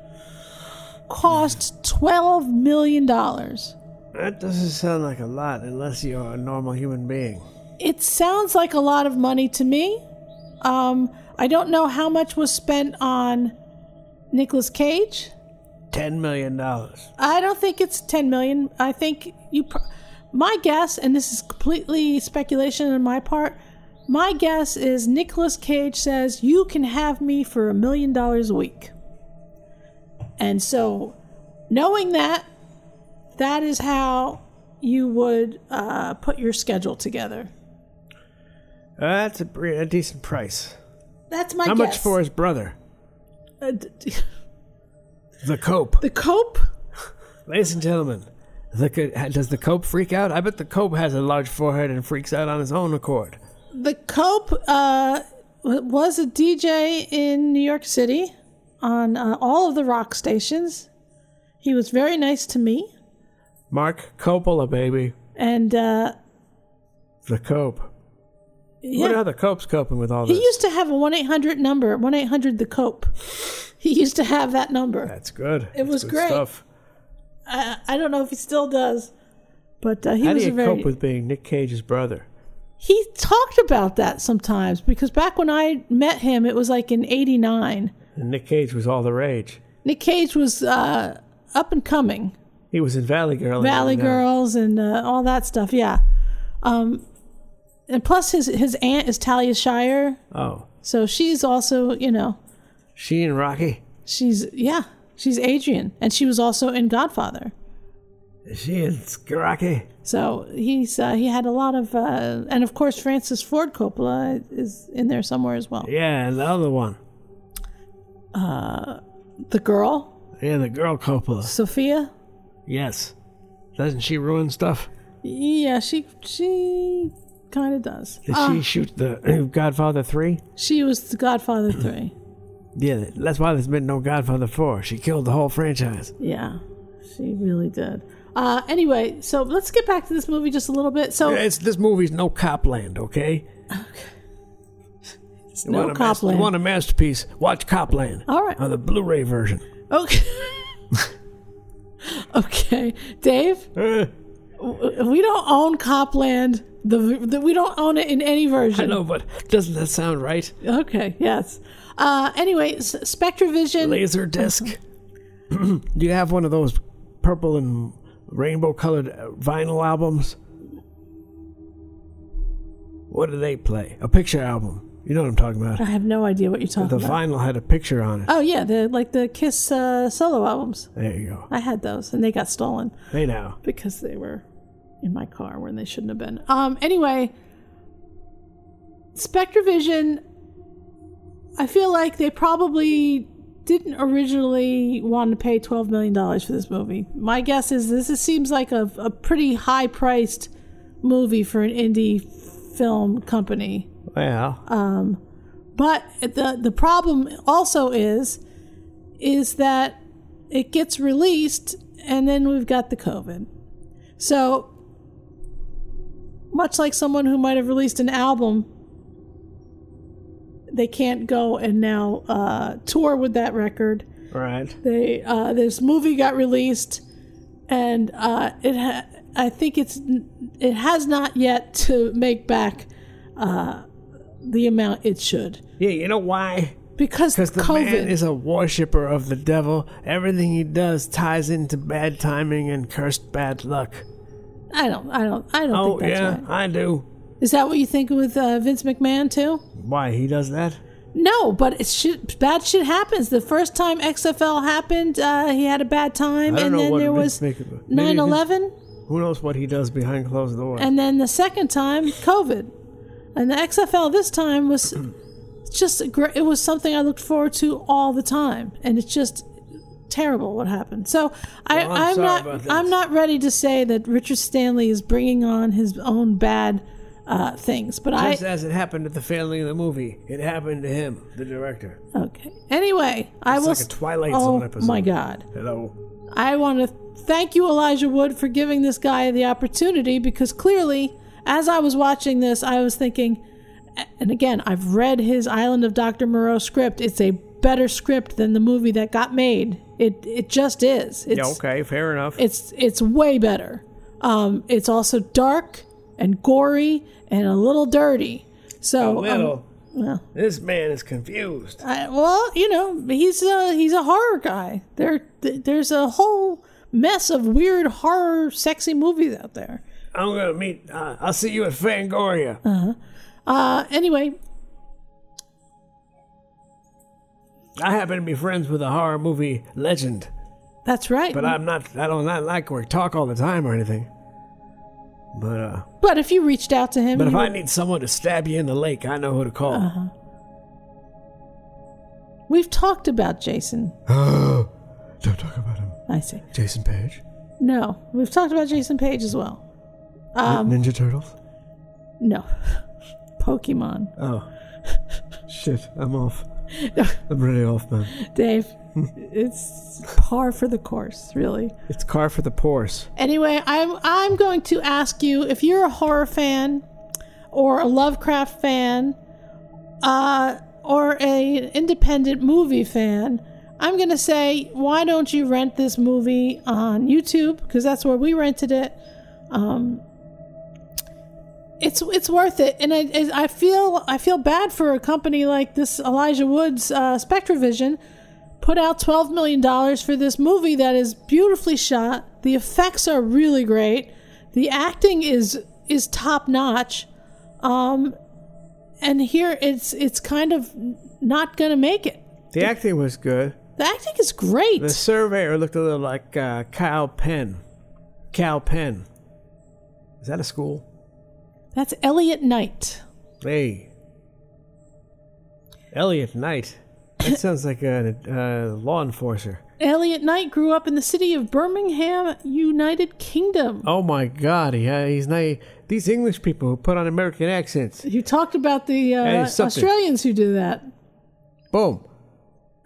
[SPEAKER 3] cost $12 million.
[SPEAKER 2] That doesn't sound like a lot unless you're a normal human being.
[SPEAKER 3] It sounds like a lot of money to me. Um, I don't know how much was spent on Nicolas Cage.
[SPEAKER 2] Ten million dollars.
[SPEAKER 3] I don't think it's 10 million. I think you pr- my guess and this is completely speculation on my part. My guess is Nicolas Cage says you can have me for a million dollars a week. And so knowing that that is how you would uh, put your schedule together.
[SPEAKER 2] That's a, pre- a decent price.
[SPEAKER 3] That's my
[SPEAKER 2] How
[SPEAKER 3] guess.
[SPEAKER 2] much for his brother?
[SPEAKER 3] Uh, d- d-
[SPEAKER 2] The Cope.
[SPEAKER 3] the cope?
[SPEAKER 2] Ladies and gentlemen, the, co- does the Cope freak out? I bet the Cope has a large forehead and freaks out on his own accord.
[SPEAKER 3] The Cope uh, w- was a DJ in New York City on uh, all of the rock stations. He was very nice to me,
[SPEAKER 2] Mark Coppola, baby.
[SPEAKER 3] and uh,
[SPEAKER 2] The Cope.
[SPEAKER 3] yeah,
[SPEAKER 2] What are the Copes coping with all
[SPEAKER 3] he
[SPEAKER 2] this?
[SPEAKER 3] used to have a one eight hundred number, one eight hundred the Cope. He used to have that number.
[SPEAKER 2] That's good. It
[SPEAKER 3] was great. I, I don't know if he still does, but uh, he
[SPEAKER 2] How
[SPEAKER 3] was
[SPEAKER 2] do you
[SPEAKER 3] a very.
[SPEAKER 2] cope with being Nick Cage's brother?
[SPEAKER 3] he talked about that sometimes because back when I met him, it was like in eighty nine.
[SPEAKER 2] And Nick Cage was all the rage.
[SPEAKER 3] Nick Cage was uh, up and coming.
[SPEAKER 2] He was in Valley Girl. and uh,
[SPEAKER 3] Valley
[SPEAKER 2] everything else.
[SPEAKER 3] Girls and uh, all that stuff. Yeah. Um, and plus, his his aunt is Talia Shire,
[SPEAKER 2] Oh,
[SPEAKER 3] so she's also you know
[SPEAKER 2] she and Rocky.
[SPEAKER 3] she's yeah she's Adrian, and she was also in Godfather.
[SPEAKER 2] She and Rocky.
[SPEAKER 3] So he's uh, he had a lot of uh, and of course Francis Ford Coppola is in there somewhere as well.
[SPEAKER 2] Yeah, and the other one.
[SPEAKER 3] Uh, the girl
[SPEAKER 2] Yeah, the girl Coppola.
[SPEAKER 3] Sophia.
[SPEAKER 2] Yes. Doesn't she ruin stuff?
[SPEAKER 3] Yeah, she she kind of does.
[SPEAKER 2] Did
[SPEAKER 3] Uh,
[SPEAKER 2] she shoot the Godfather 3?
[SPEAKER 3] she was the Godfather three.
[SPEAKER 2] Yeah, that's why there's been no Godfather 4. She killed the whole franchise.
[SPEAKER 3] Yeah, she really did. Uh, anyway, so let's get back to this movie just a little bit. So
[SPEAKER 2] Yeah, it's, this movie's no Copland, okay?
[SPEAKER 3] it's
[SPEAKER 2] You
[SPEAKER 3] no
[SPEAKER 2] want a mas-
[SPEAKER 3] Copland.
[SPEAKER 2] you want a masterpiece? Watch Copland.
[SPEAKER 3] All right.
[SPEAKER 2] On the Blu ray version.
[SPEAKER 3] okay. okay, Dave.
[SPEAKER 2] Uh,
[SPEAKER 3] w- We don't own Copland. The, the we don't own it in any version.
[SPEAKER 2] I know, but doesn't that sound right?
[SPEAKER 3] Okay. Yes. Uh, anyway, S- Spectrovision.
[SPEAKER 2] Laser disc. Do you have one of those purple and rainbow colored vinyl albums. What do they play? A picture album. You know what I'm talking about.
[SPEAKER 3] I have no idea what you're talking
[SPEAKER 2] the
[SPEAKER 3] about.
[SPEAKER 2] vinyl had a picture on it.
[SPEAKER 3] Oh yeah, the like the Kiss uh, solo albums.
[SPEAKER 2] There you go.
[SPEAKER 3] I had those, and they got stolen
[SPEAKER 2] Hey now.
[SPEAKER 3] because they were in my car when they shouldn't have been. Um. Anyway, Spectrovision. I feel like they probably didn't originally want to pay twelve million dollars for this movie. My guess is this is, seems like a, a pretty high priced movie for an indie film company.
[SPEAKER 2] Uh, Well,
[SPEAKER 3] Um, but the the problem also is is that it gets released and then we've got the COVID. So much like someone who might have released an album, they can't go and now uh, tour with that record.
[SPEAKER 2] right.
[SPEAKER 3] They uh, this movie got released, and uh, it ha- I think it's it has not yet to make back uh, the amount it should
[SPEAKER 2] Yeah, you know why?
[SPEAKER 3] because
[SPEAKER 2] Because the man
[SPEAKER 3] COVID
[SPEAKER 2] is a worshipper of the devil. Everything he does ties into bad timing and cursed bad luck.
[SPEAKER 3] I don't I don't I don't
[SPEAKER 2] Oh
[SPEAKER 3] think that's
[SPEAKER 2] yeah,
[SPEAKER 3] right.
[SPEAKER 2] I do.
[SPEAKER 3] Is that what you think with uh, Vince McMahon too?
[SPEAKER 2] Why he does that?
[SPEAKER 3] No, but it shit, bad shit happens. The first time XFL happened, uh, he had a bad
[SPEAKER 2] I
[SPEAKER 3] time,
[SPEAKER 2] don't
[SPEAKER 3] and
[SPEAKER 2] know
[SPEAKER 3] then
[SPEAKER 2] what
[SPEAKER 3] there
[SPEAKER 2] Vince
[SPEAKER 3] was
[SPEAKER 2] make of it. Maybe
[SPEAKER 3] 9
[SPEAKER 2] Vince-
[SPEAKER 3] 11.
[SPEAKER 2] Who knows what he does behind closed doors?
[SPEAKER 3] And then the second time, COVID. And the XFL this time was just, a gr- it was something I looked forward to all the time. And it's just terrible what happened. So I,
[SPEAKER 2] Well, I'm
[SPEAKER 3] I'm,
[SPEAKER 2] sorry about
[SPEAKER 3] not,
[SPEAKER 2] that.
[SPEAKER 3] I'm not ready to say that Richard Stanley is bringing on his own bad uh, things. But I,
[SPEAKER 2] Just as it happened to the family in the movie, it happened to him, the director.
[SPEAKER 3] okay. Anyway, I
[SPEAKER 2] It's
[SPEAKER 3] will.
[SPEAKER 2] like a
[SPEAKER 3] s-
[SPEAKER 2] Twilight
[SPEAKER 3] oh,
[SPEAKER 2] Zone episode.
[SPEAKER 3] my God.
[SPEAKER 2] Hello.
[SPEAKER 3] I want to thank you, Elijah Wood, for giving this guy the opportunity because clearly, as I was watching this, I was thinking, and again, I've read his Island of Dr. Moreau script. It's a better script than the movie that got made. It it just is. It's,
[SPEAKER 2] yeah. Okay. Fair enough.
[SPEAKER 3] It's it's way better. Um, it's also dark and gory and a little dirty.
[SPEAKER 2] a
[SPEAKER 3] So um,
[SPEAKER 2] little.
[SPEAKER 3] well.
[SPEAKER 2] This man is confused.
[SPEAKER 3] I, well, you know, he's a he's a horror guy. There, th- there's a whole mess of weird horror, sexy movies out there.
[SPEAKER 2] I'm gonna meet. Uh, I'll see you at Fangoria.
[SPEAKER 3] Uh, anyway,
[SPEAKER 2] I happen to be friends with a horror movie legend,
[SPEAKER 3] that's right.
[SPEAKER 2] but I'm not. I don't not like we talk all the time or anything. But uh,
[SPEAKER 3] But if you reached out to him,
[SPEAKER 2] but if
[SPEAKER 3] you
[SPEAKER 2] I
[SPEAKER 3] would-
[SPEAKER 2] need someone to stab you in the lake, I know who to call.
[SPEAKER 3] Uh-huh. we've talked about Jason.
[SPEAKER 9] Oh, don't talk about him.
[SPEAKER 3] I see.
[SPEAKER 9] Jason Page.
[SPEAKER 3] No, we've talked about Jason Page as well. Um,
[SPEAKER 9] Ninja Turtles.
[SPEAKER 3] no, Pokemon.
[SPEAKER 9] Oh. Shit, I'm off. I'm really off, man.
[SPEAKER 3] Dave, it's par for the course, really.
[SPEAKER 2] It's car for the pores.
[SPEAKER 3] Anyway, I'm I'm going to ask you if you're a horror fan or a Lovecraft fan uh, or a independent movie fan. I'm going to say, why don't you rent this movie on YouTube? Because that's where we rented it. Um, it's it's worth it, and I I I feel I feel bad for a company like this Elijah Woods uh, Spectrovision put out $12 million for this movie that is beautifully shot. The effects are really great. The acting is is top notch. Um and here it's it's kind of not going to make it.
[SPEAKER 2] The acting was good.
[SPEAKER 3] The acting is great.
[SPEAKER 2] The surveyor looked a little like uh, Kyle Penn. Cal Penn. Is that a school?
[SPEAKER 3] That's Elliot Knight.
[SPEAKER 2] Hey. Elliot Knight. That sounds like a, uh law enforcer.
[SPEAKER 3] Elliot Knight grew up in the city of Birmingham, United Kingdom.
[SPEAKER 2] Oh my God! Yeah, he's not. These English people who put on American accents.
[SPEAKER 3] You talked about the uh,
[SPEAKER 2] That is something.
[SPEAKER 3] Australians who do that.
[SPEAKER 2] Boom!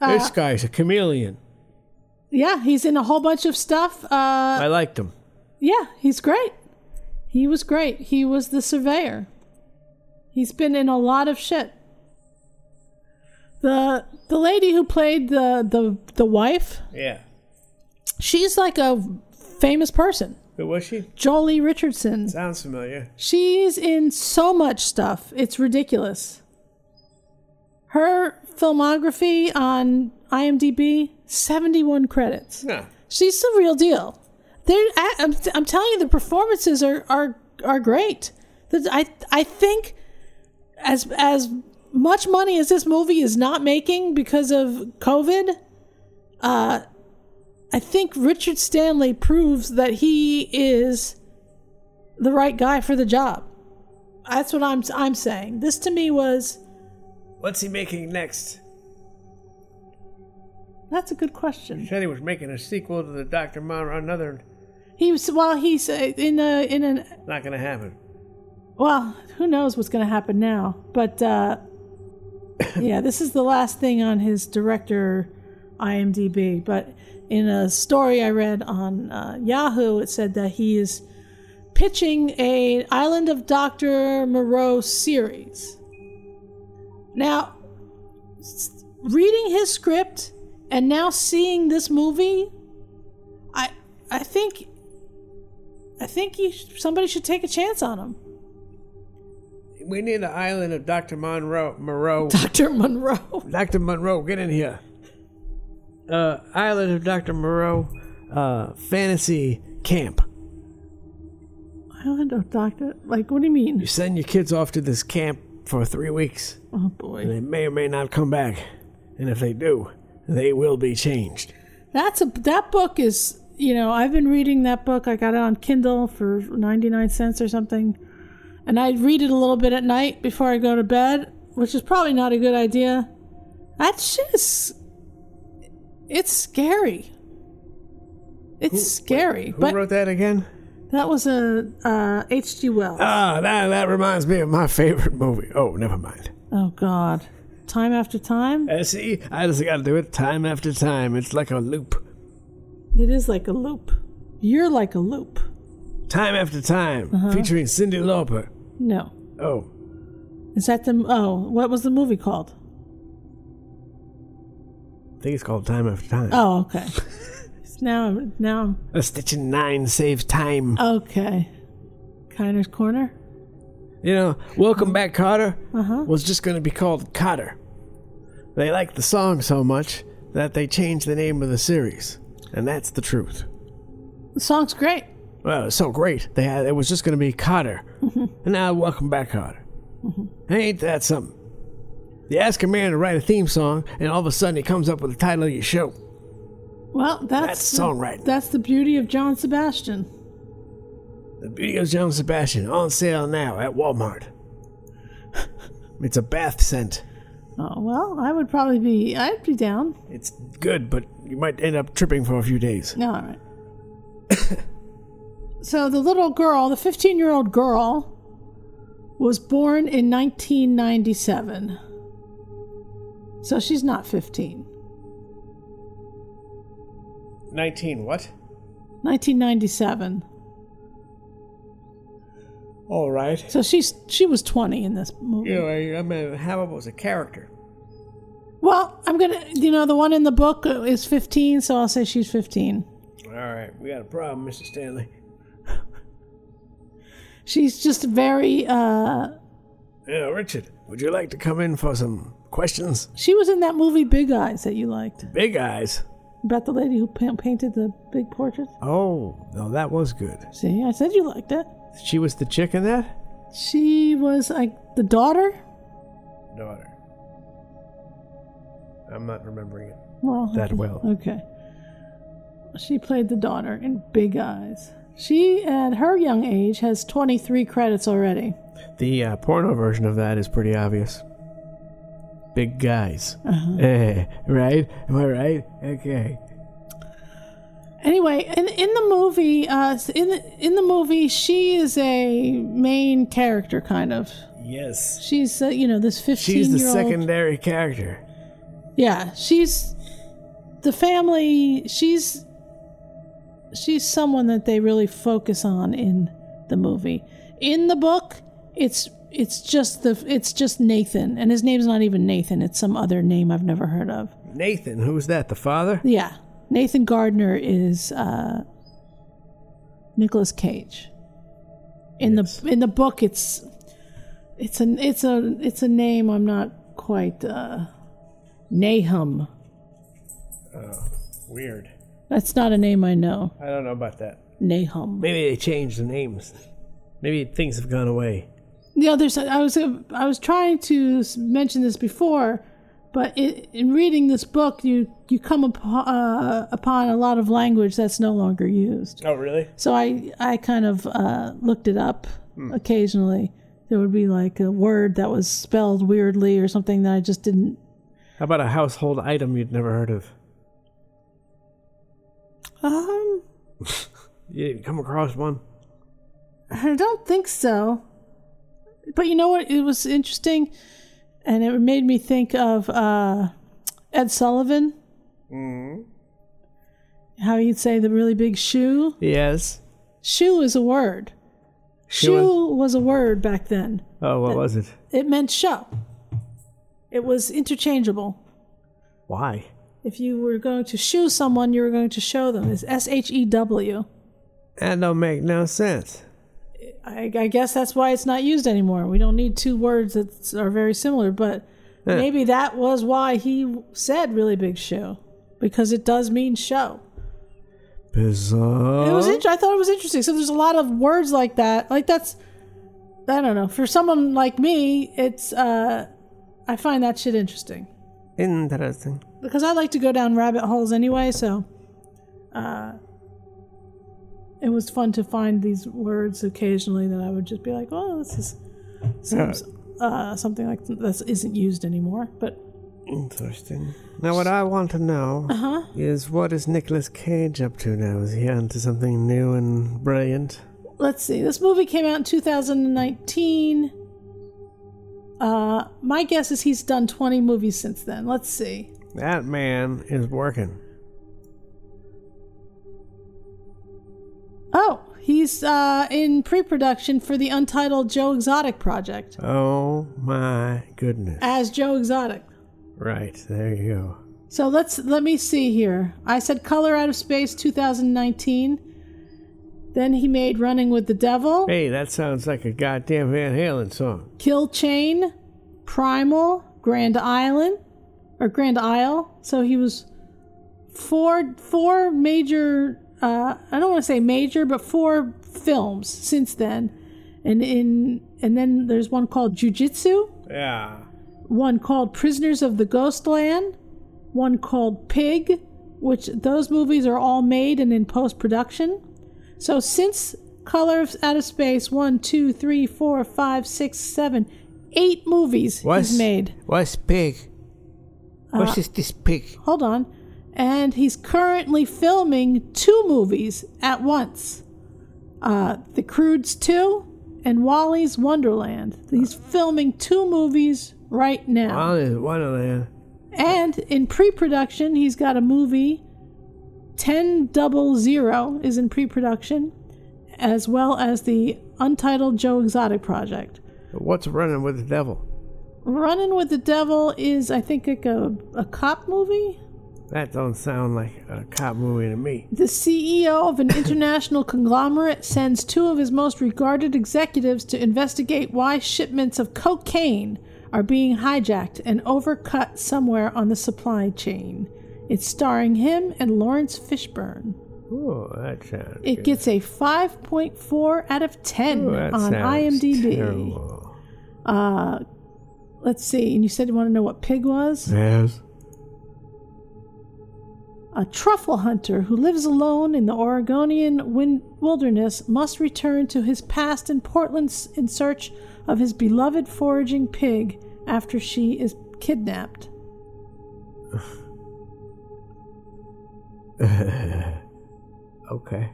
[SPEAKER 2] this
[SPEAKER 3] Uh,
[SPEAKER 2] guy's a chameleon.
[SPEAKER 3] Yeah, he's in a whole bunch of stuff. Uh,
[SPEAKER 2] I liked him.
[SPEAKER 3] Yeah, he's great. He was great. He was the surveyor. He's been in a lot of shit. The the lady who played the the, the wife,
[SPEAKER 2] Yeah.
[SPEAKER 3] she's like a famous person.
[SPEAKER 2] Who was she?
[SPEAKER 3] Jolie Richardson.
[SPEAKER 2] Sounds familiar.
[SPEAKER 3] She's in so much stuff. It's ridiculous. Her filmography on IMDb, 71 credits.
[SPEAKER 2] No.
[SPEAKER 3] She's the real deal. They're, I, I'm, I'm telling you, the performances are are are great. I I think as as much money as this movie is not making because of COVID, uh, I think Richard Stanley proves that he is the right guy for the job. That's what I'm I'm saying. This to me was.
[SPEAKER 2] What's he making next?
[SPEAKER 3] That's a good question.
[SPEAKER 2] He said he was making a sequel to the Doctor Monroe. Another.
[SPEAKER 3] He was well. He's in a in an.
[SPEAKER 2] Not gonna happen.
[SPEAKER 3] Well, who knows what's gonna happen now? But uh, yeah, this is the last thing on his director IMDb. But in a story I read on uh, Yahoo, it said that he is pitching a Island of Doctor Moreau series. Now, reading his script and now seeing this movie, I I think I think you sh- somebody should take a chance on him.
[SPEAKER 2] We need the island of Doctor Monroe. Monroe.
[SPEAKER 3] Doctor Monroe.
[SPEAKER 2] Doctor Monroe, get in here. Uh, island of Doctor Monroe, uh, fantasy camp.
[SPEAKER 3] Island of Doctor, like what do you mean?
[SPEAKER 2] You send your kids off to this camp for three weeks.
[SPEAKER 3] Oh boy!
[SPEAKER 2] they may or may not come back, and if they do, they will be changed.
[SPEAKER 3] That's a that book is you know I've been reading that book. I got it on Kindle for ninety nine cents or something, and I read it a little bit at night before I go to bed, which is probably not a good idea. That shit is it's scary. It's
[SPEAKER 2] who,
[SPEAKER 3] scary.
[SPEAKER 2] Wait, who
[SPEAKER 3] but
[SPEAKER 2] wrote that again?
[SPEAKER 3] That was a uh, H.G. Wells.
[SPEAKER 2] Ah, that that reminds me of my favorite movie. Oh, never mind.
[SPEAKER 3] Oh God time after time.
[SPEAKER 2] Uh, see, I just gotta do it time after time. It's like a loop.
[SPEAKER 3] It is like a loop. You're like a loop.
[SPEAKER 2] Time after time, uh-huh. featuring Cindy Lauper.
[SPEAKER 3] No.
[SPEAKER 2] Oh.
[SPEAKER 3] Is that the? Oh, what was the movie called?
[SPEAKER 2] I think it's called Time After Time.
[SPEAKER 3] Oh, okay. now, now.
[SPEAKER 2] A stitch in nine saves time.
[SPEAKER 3] Okay. Kiner's Corner.
[SPEAKER 2] You know, Welcome Back Cotter
[SPEAKER 3] uh-huh.
[SPEAKER 2] was just going to be called Cotter. They liked the song so much that they changed the name of the series. And that's the truth.
[SPEAKER 3] The song's great.
[SPEAKER 2] Well, it's so great. They had, it was just going to be Cotter.
[SPEAKER 3] Mm-hmm.
[SPEAKER 2] And now Welcome Back Cotter. Mm-hmm. Ain't that something? You ask a man to write a theme song, and all of a sudden he comes up with the title of your show.
[SPEAKER 3] Well, that's,
[SPEAKER 2] that's songwriting.
[SPEAKER 3] That's the beauty of John Sebastian.
[SPEAKER 2] The beauty of John Sebastian on sale now at Walmart. it's a bath scent.
[SPEAKER 3] Oh well, I would probably be. I'd be down.
[SPEAKER 2] It's good, but you might end up tripping for a few days.
[SPEAKER 3] No, all right. so the little girl, the fifteen-year-old girl, was born in 1997. So she's not 15.
[SPEAKER 2] 19 what?
[SPEAKER 3] 1997.
[SPEAKER 2] All right.
[SPEAKER 3] So she's she was twenty in this movie.
[SPEAKER 2] Yeah, you know, I, mean, how about as a character?
[SPEAKER 3] Well, I'm gonna, you know, the one in the book is fifteen, so I'll say she's fifteen.
[SPEAKER 2] All right, we got a problem, Mr. Stanley.
[SPEAKER 3] she's just very. uh
[SPEAKER 2] Yeah, Richard, would you like to come in for some questions?
[SPEAKER 3] She was in that movie Big Eyes that you liked.
[SPEAKER 2] Big Eyes.
[SPEAKER 3] About the lady who painted the big portrait.
[SPEAKER 2] Oh, no, that was good.
[SPEAKER 3] See, I said you liked it.
[SPEAKER 2] She was the chick in that?
[SPEAKER 3] She was like the daughter?
[SPEAKER 2] Daughter. I'm not remembering it
[SPEAKER 3] well,
[SPEAKER 2] that well.
[SPEAKER 3] Okay. She played the daughter in Big Eyes. She, at her young age, has 23 credits already.
[SPEAKER 2] The uh, porno version of that is pretty obvious. Big guys.
[SPEAKER 3] Uh-huh.
[SPEAKER 2] Eh, right? Am I right? Okay
[SPEAKER 3] anyway in, in the movie uh, in the, in the movie she is a main character kind of
[SPEAKER 2] yes
[SPEAKER 3] she's uh, you know this 15
[SPEAKER 2] she's the
[SPEAKER 3] year
[SPEAKER 2] secondary character
[SPEAKER 3] yeah she's the family she's she's someone that they really focus on in the movie in the book it's it's just the it's just Nathan and his name's not even Nathan it's some other name I've never heard of
[SPEAKER 2] Nathan who's that the father
[SPEAKER 3] yeah Nathan Gardner is uh, Nicholas Cage. In
[SPEAKER 2] yes.
[SPEAKER 3] the in the book, it's it's an it's a it's a name I'm not quite uh, Nahum.
[SPEAKER 2] Oh, weird.
[SPEAKER 3] That's not a name I know.
[SPEAKER 2] I don't know about that.
[SPEAKER 3] Nahum.
[SPEAKER 14] Maybe they changed the names. Maybe things have gone away.
[SPEAKER 3] The other side. I was I was trying to mention this before, but it, in reading this book, you you come upon, uh, upon a lot of language that's no longer used.
[SPEAKER 14] Oh, really?
[SPEAKER 3] So I I kind of uh, looked it up occasionally. There would be like a word that was spelled weirdly or something that I just didn't.
[SPEAKER 14] How about a household item you'd never heard of?
[SPEAKER 3] Um,
[SPEAKER 14] You didn't come across one?
[SPEAKER 3] I don't think so. But you know what? It was interesting, and it made me think of uh, Ed Sullivan.
[SPEAKER 14] Mm.
[SPEAKER 3] How you'd say the really big shoe?
[SPEAKER 14] Yes.
[SPEAKER 3] Shoe is a word.
[SPEAKER 14] Shoe
[SPEAKER 3] Shoe was a word back then.
[SPEAKER 14] Oh, what was it?
[SPEAKER 3] It meant show. It was interchangeable.
[SPEAKER 14] Why?
[SPEAKER 3] If you were going to shoe someone, you were going to show them. It's S H E W.
[SPEAKER 14] That don't make no sense.
[SPEAKER 3] I, I guess that's why it's not used anymore. We don't need two words that are very similar, but
[SPEAKER 14] Yeah.
[SPEAKER 3] maybe that was why he said really big show because it does mean show.
[SPEAKER 14] Bizarre.
[SPEAKER 3] It was
[SPEAKER 2] Uh-huh.
[SPEAKER 3] int- I thought it was interesting. So there's a lot of words like that. Like that's I don't know. For someone like me, it's uh I find that shit interesting
[SPEAKER 14] Interesting.
[SPEAKER 3] because I like to go down rabbit holes anyway, so uh it was fun to find these words occasionally that I would just be like, "Oh, this is seems uh, something like th- this isn't used anymore." But
[SPEAKER 14] Interesting. Now, what I want to know
[SPEAKER 3] Uh-huh.
[SPEAKER 14] is what is Nicolas Cage up to now? Is he onto something new and brilliant?
[SPEAKER 3] let's see. This movie came out in 2019. Uh, my guess is he's done 20 movies since then. Let's see.
[SPEAKER 14] That man is working.
[SPEAKER 3] Oh, he's uh, in pre-production for the untitled Joe Exotic project
[SPEAKER 14] Oh my goodness.
[SPEAKER 3] as Joe Exotic.
[SPEAKER 14] Right, there you go.
[SPEAKER 3] So let's let me see here. I said Color Out of Space 2019. Then he made Running with the Devil,
[SPEAKER 14] Hey, that sounds like a goddamn Van Halen song.
[SPEAKER 3] Kill Chain, Primal, Grand Island, or Grand Isle. So he was four four major uh, I don't want to say major, but four films since then. And in and then there's one called Jujitsu.
[SPEAKER 14] Yeah.
[SPEAKER 3] one called Prisoners of the Ghostland, one called Pig, which those movies are all made and in post production. So since Color of Out of Space, one, two, three, four, five, six, seven, eight movies
[SPEAKER 14] What's
[SPEAKER 3] he's made.
[SPEAKER 14] What's big? What's
[SPEAKER 3] Uh,
[SPEAKER 14] this, this pig?
[SPEAKER 3] Hold on. And he's currently filming two movies at once uh, The Crudes 2 and Wally's Wonderland. He's filming two movies right now.
[SPEAKER 14] Well, there's Wonderland.
[SPEAKER 3] And in pre-production, he's got a movie. Ten Double Zero is in pre-production, as well as the untitled Joe Exotic project.
[SPEAKER 14] What's running with the devil?
[SPEAKER 3] Running with the Devil is, I think, like a, a cop movie.
[SPEAKER 14] That don't sound like a cop movie to me.
[SPEAKER 3] The CEO of an international conglomerate sends two of his most regarded executives to investigate why shipments of cocaine are being hijacked and overcut somewhere on the supply chain. It's starring him and Lawrence Fishburne.
[SPEAKER 14] Oh, that sounds.
[SPEAKER 3] It gets a 5.4 out of 10
[SPEAKER 14] Ooh, that
[SPEAKER 3] on
[SPEAKER 14] sounds
[SPEAKER 3] IMDb.
[SPEAKER 14] terrible.
[SPEAKER 3] Uh, let's see. And you said you want to know what Pig was?
[SPEAKER 14] Yes.
[SPEAKER 3] A truffle hunter who lives alone in the Oregonian win- wilderness must return to his past in Portland s- in search of his beloved foraging pig after she is kidnapped.
[SPEAKER 14] okay.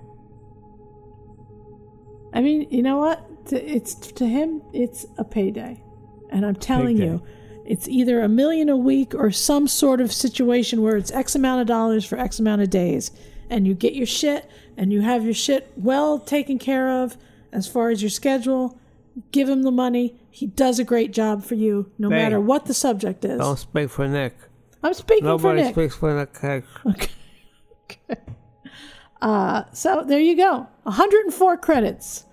[SPEAKER 3] I mean, you know what? To, it's to him, it's a payday, and I'm telling
[SPEAKER 14] Payday.
[SPEAKER 3] you, it's either a million a week or some sort of situation where it's X amount of dollars for X amount of days, and you get your shit, and you have your shit well taken care of as far as your schedule. Give him the money. He does a great job for you, no
[SPEAKER 14] Hey.
[SPEAKER 3] matter what the subject is.
[SPEAKER 14] Don't speak for Nick.
[SPEAKER 3] I'm speaking
[SPEAKER 14] Nobody
[SPEAKER 3] for Nick.
[SPEAKER 14] speaks for Nick.
[SPEAKER 3] Okay. Uh, so there you go. 104 credits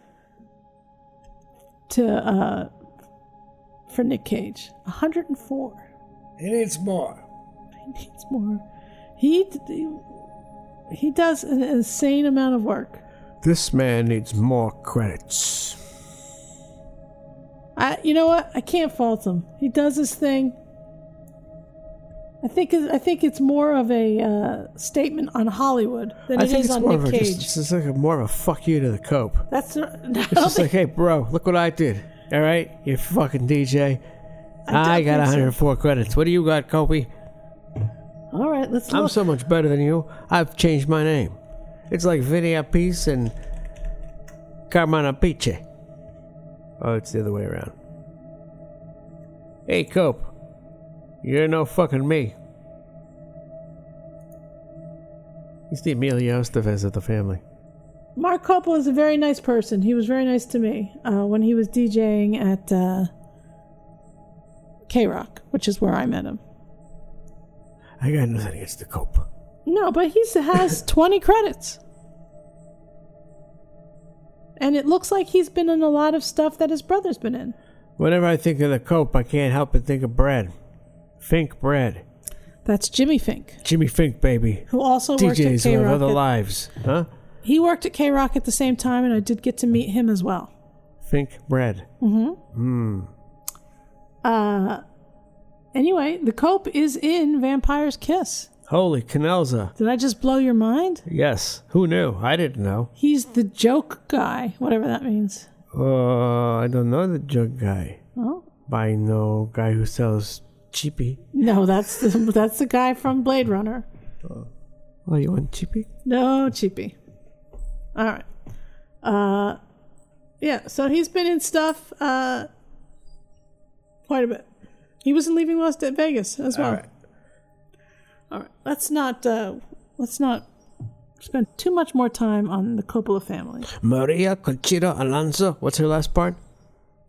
[SPEAKER 3] to uh, for Nick Cage. 104.
[SPEAKER 14] He needs more.
[SPEAKER 3] He needs more. He, He does an insane amount of work.
[SPEAKER 2] This man needs more credits.
[SPEAKER 3] I, you know what? I can't fault him. He does his thing. I think it, I think it's more of a uh, statement on Hollywood than
[SPEAKER 2] I
[SPEAKER 3] it
[SPEAKER 2] think
[SPEAKER 3] is
[SPEAKER 2] it's
[SPEAKER 3] on
[SPEAKER 2] more
[SPEAKER 3] Nick
[SPEAKER 2] of a,
[SPEAKER 3] Cage.
[SPEAKER 2] just, it's just like a, more of a fuck you to the cope.
[SPEAKER 3] That's not, I
[SPEAKER 2] It's
[SPEAKER 3] don't
[SPEAKER 2] just like,
[SPEAKER 3] think-
[SPEAKER 2] hey, bro, look what I did. All right, you fucking DJ. I, got
[SPEAKER 3] don't think so.
[SPEAKER 2] 104 credits. What do you got, Kobe?
[SPEAKER 3] all right. Let's
[SPEAKER 2] I'm
[SPEAKER 3] look.
[SPEAKER 2] so much better than you. I've changed my name. It's like Vinny Appice and Carmona Piche. Oh, it's the other way around. Hey, Cope. You're no fucking me. He's the Emilio Estevez of the family.
[SPEAKER 3] Mark Coppola is a very nice person. He was very nice to me uh, when he was DJing at uh, K Rock, which is where I met him.
[SPEAKER 2] I got nothing against the Cope.
[SPEAKER 3] No, but he has 20 credits. And it looks like he's been in a lot of stuff that his brother's been in.
[SPEAKER 2] Whenever I think of the Cope, I can't help but think of bread. Fink bread.
[SPEAKER 3] That's Jimmy Fink,
[SPEAKER 2] Jimmy Fink, baby.
[SPEAKER 3] who also worked at
[SPEAKER 2] DJs
[SPEAKER 3] K
[SPEAKER 2] of
[SPEAKER 3] Rock.
[SPEAKER 2] other lives. Huh?
[SPEAKER 3] He worked at K Rock at the same time, and I did get to meet him as well.
[SPEAKER 2] Fink bread.
[SPEAKER 3] hmm
[SPEAKER 2] Mmm.
[SPEAKER 3] Uh, anyway, the Cope is in Vampire's Kiss.
[SPEAKER 2] Holy Canelza.
[SPEAKER 3] Did I just blow your mind?
[SPEAKER 2] Yes. Who knew? I didn't know.
[SPEAKER 3] He's the joke guy, whatever that means.
[SPEAKER 2] Uh, I don't know the jug guy.
[SPEAKER 3] Oh
[SPEAKER 2] But I know guy who sells cheapy.
[SPEAKER 3] no, that's the, that's the guy from Blade Runner.
[SPEAKER 2] Oh, you want cheapy?
[SPEAKER 3] No, cheapy. All right. Uh, yeah. So he's been in stuff uh, quite a bit. He was in Leaving Las Vegas as well. All right. Let's not uh, let's not spend too much more time on the Coppola family.
[SPEAKER 2] Maria Conchita Alonso. What's her last part?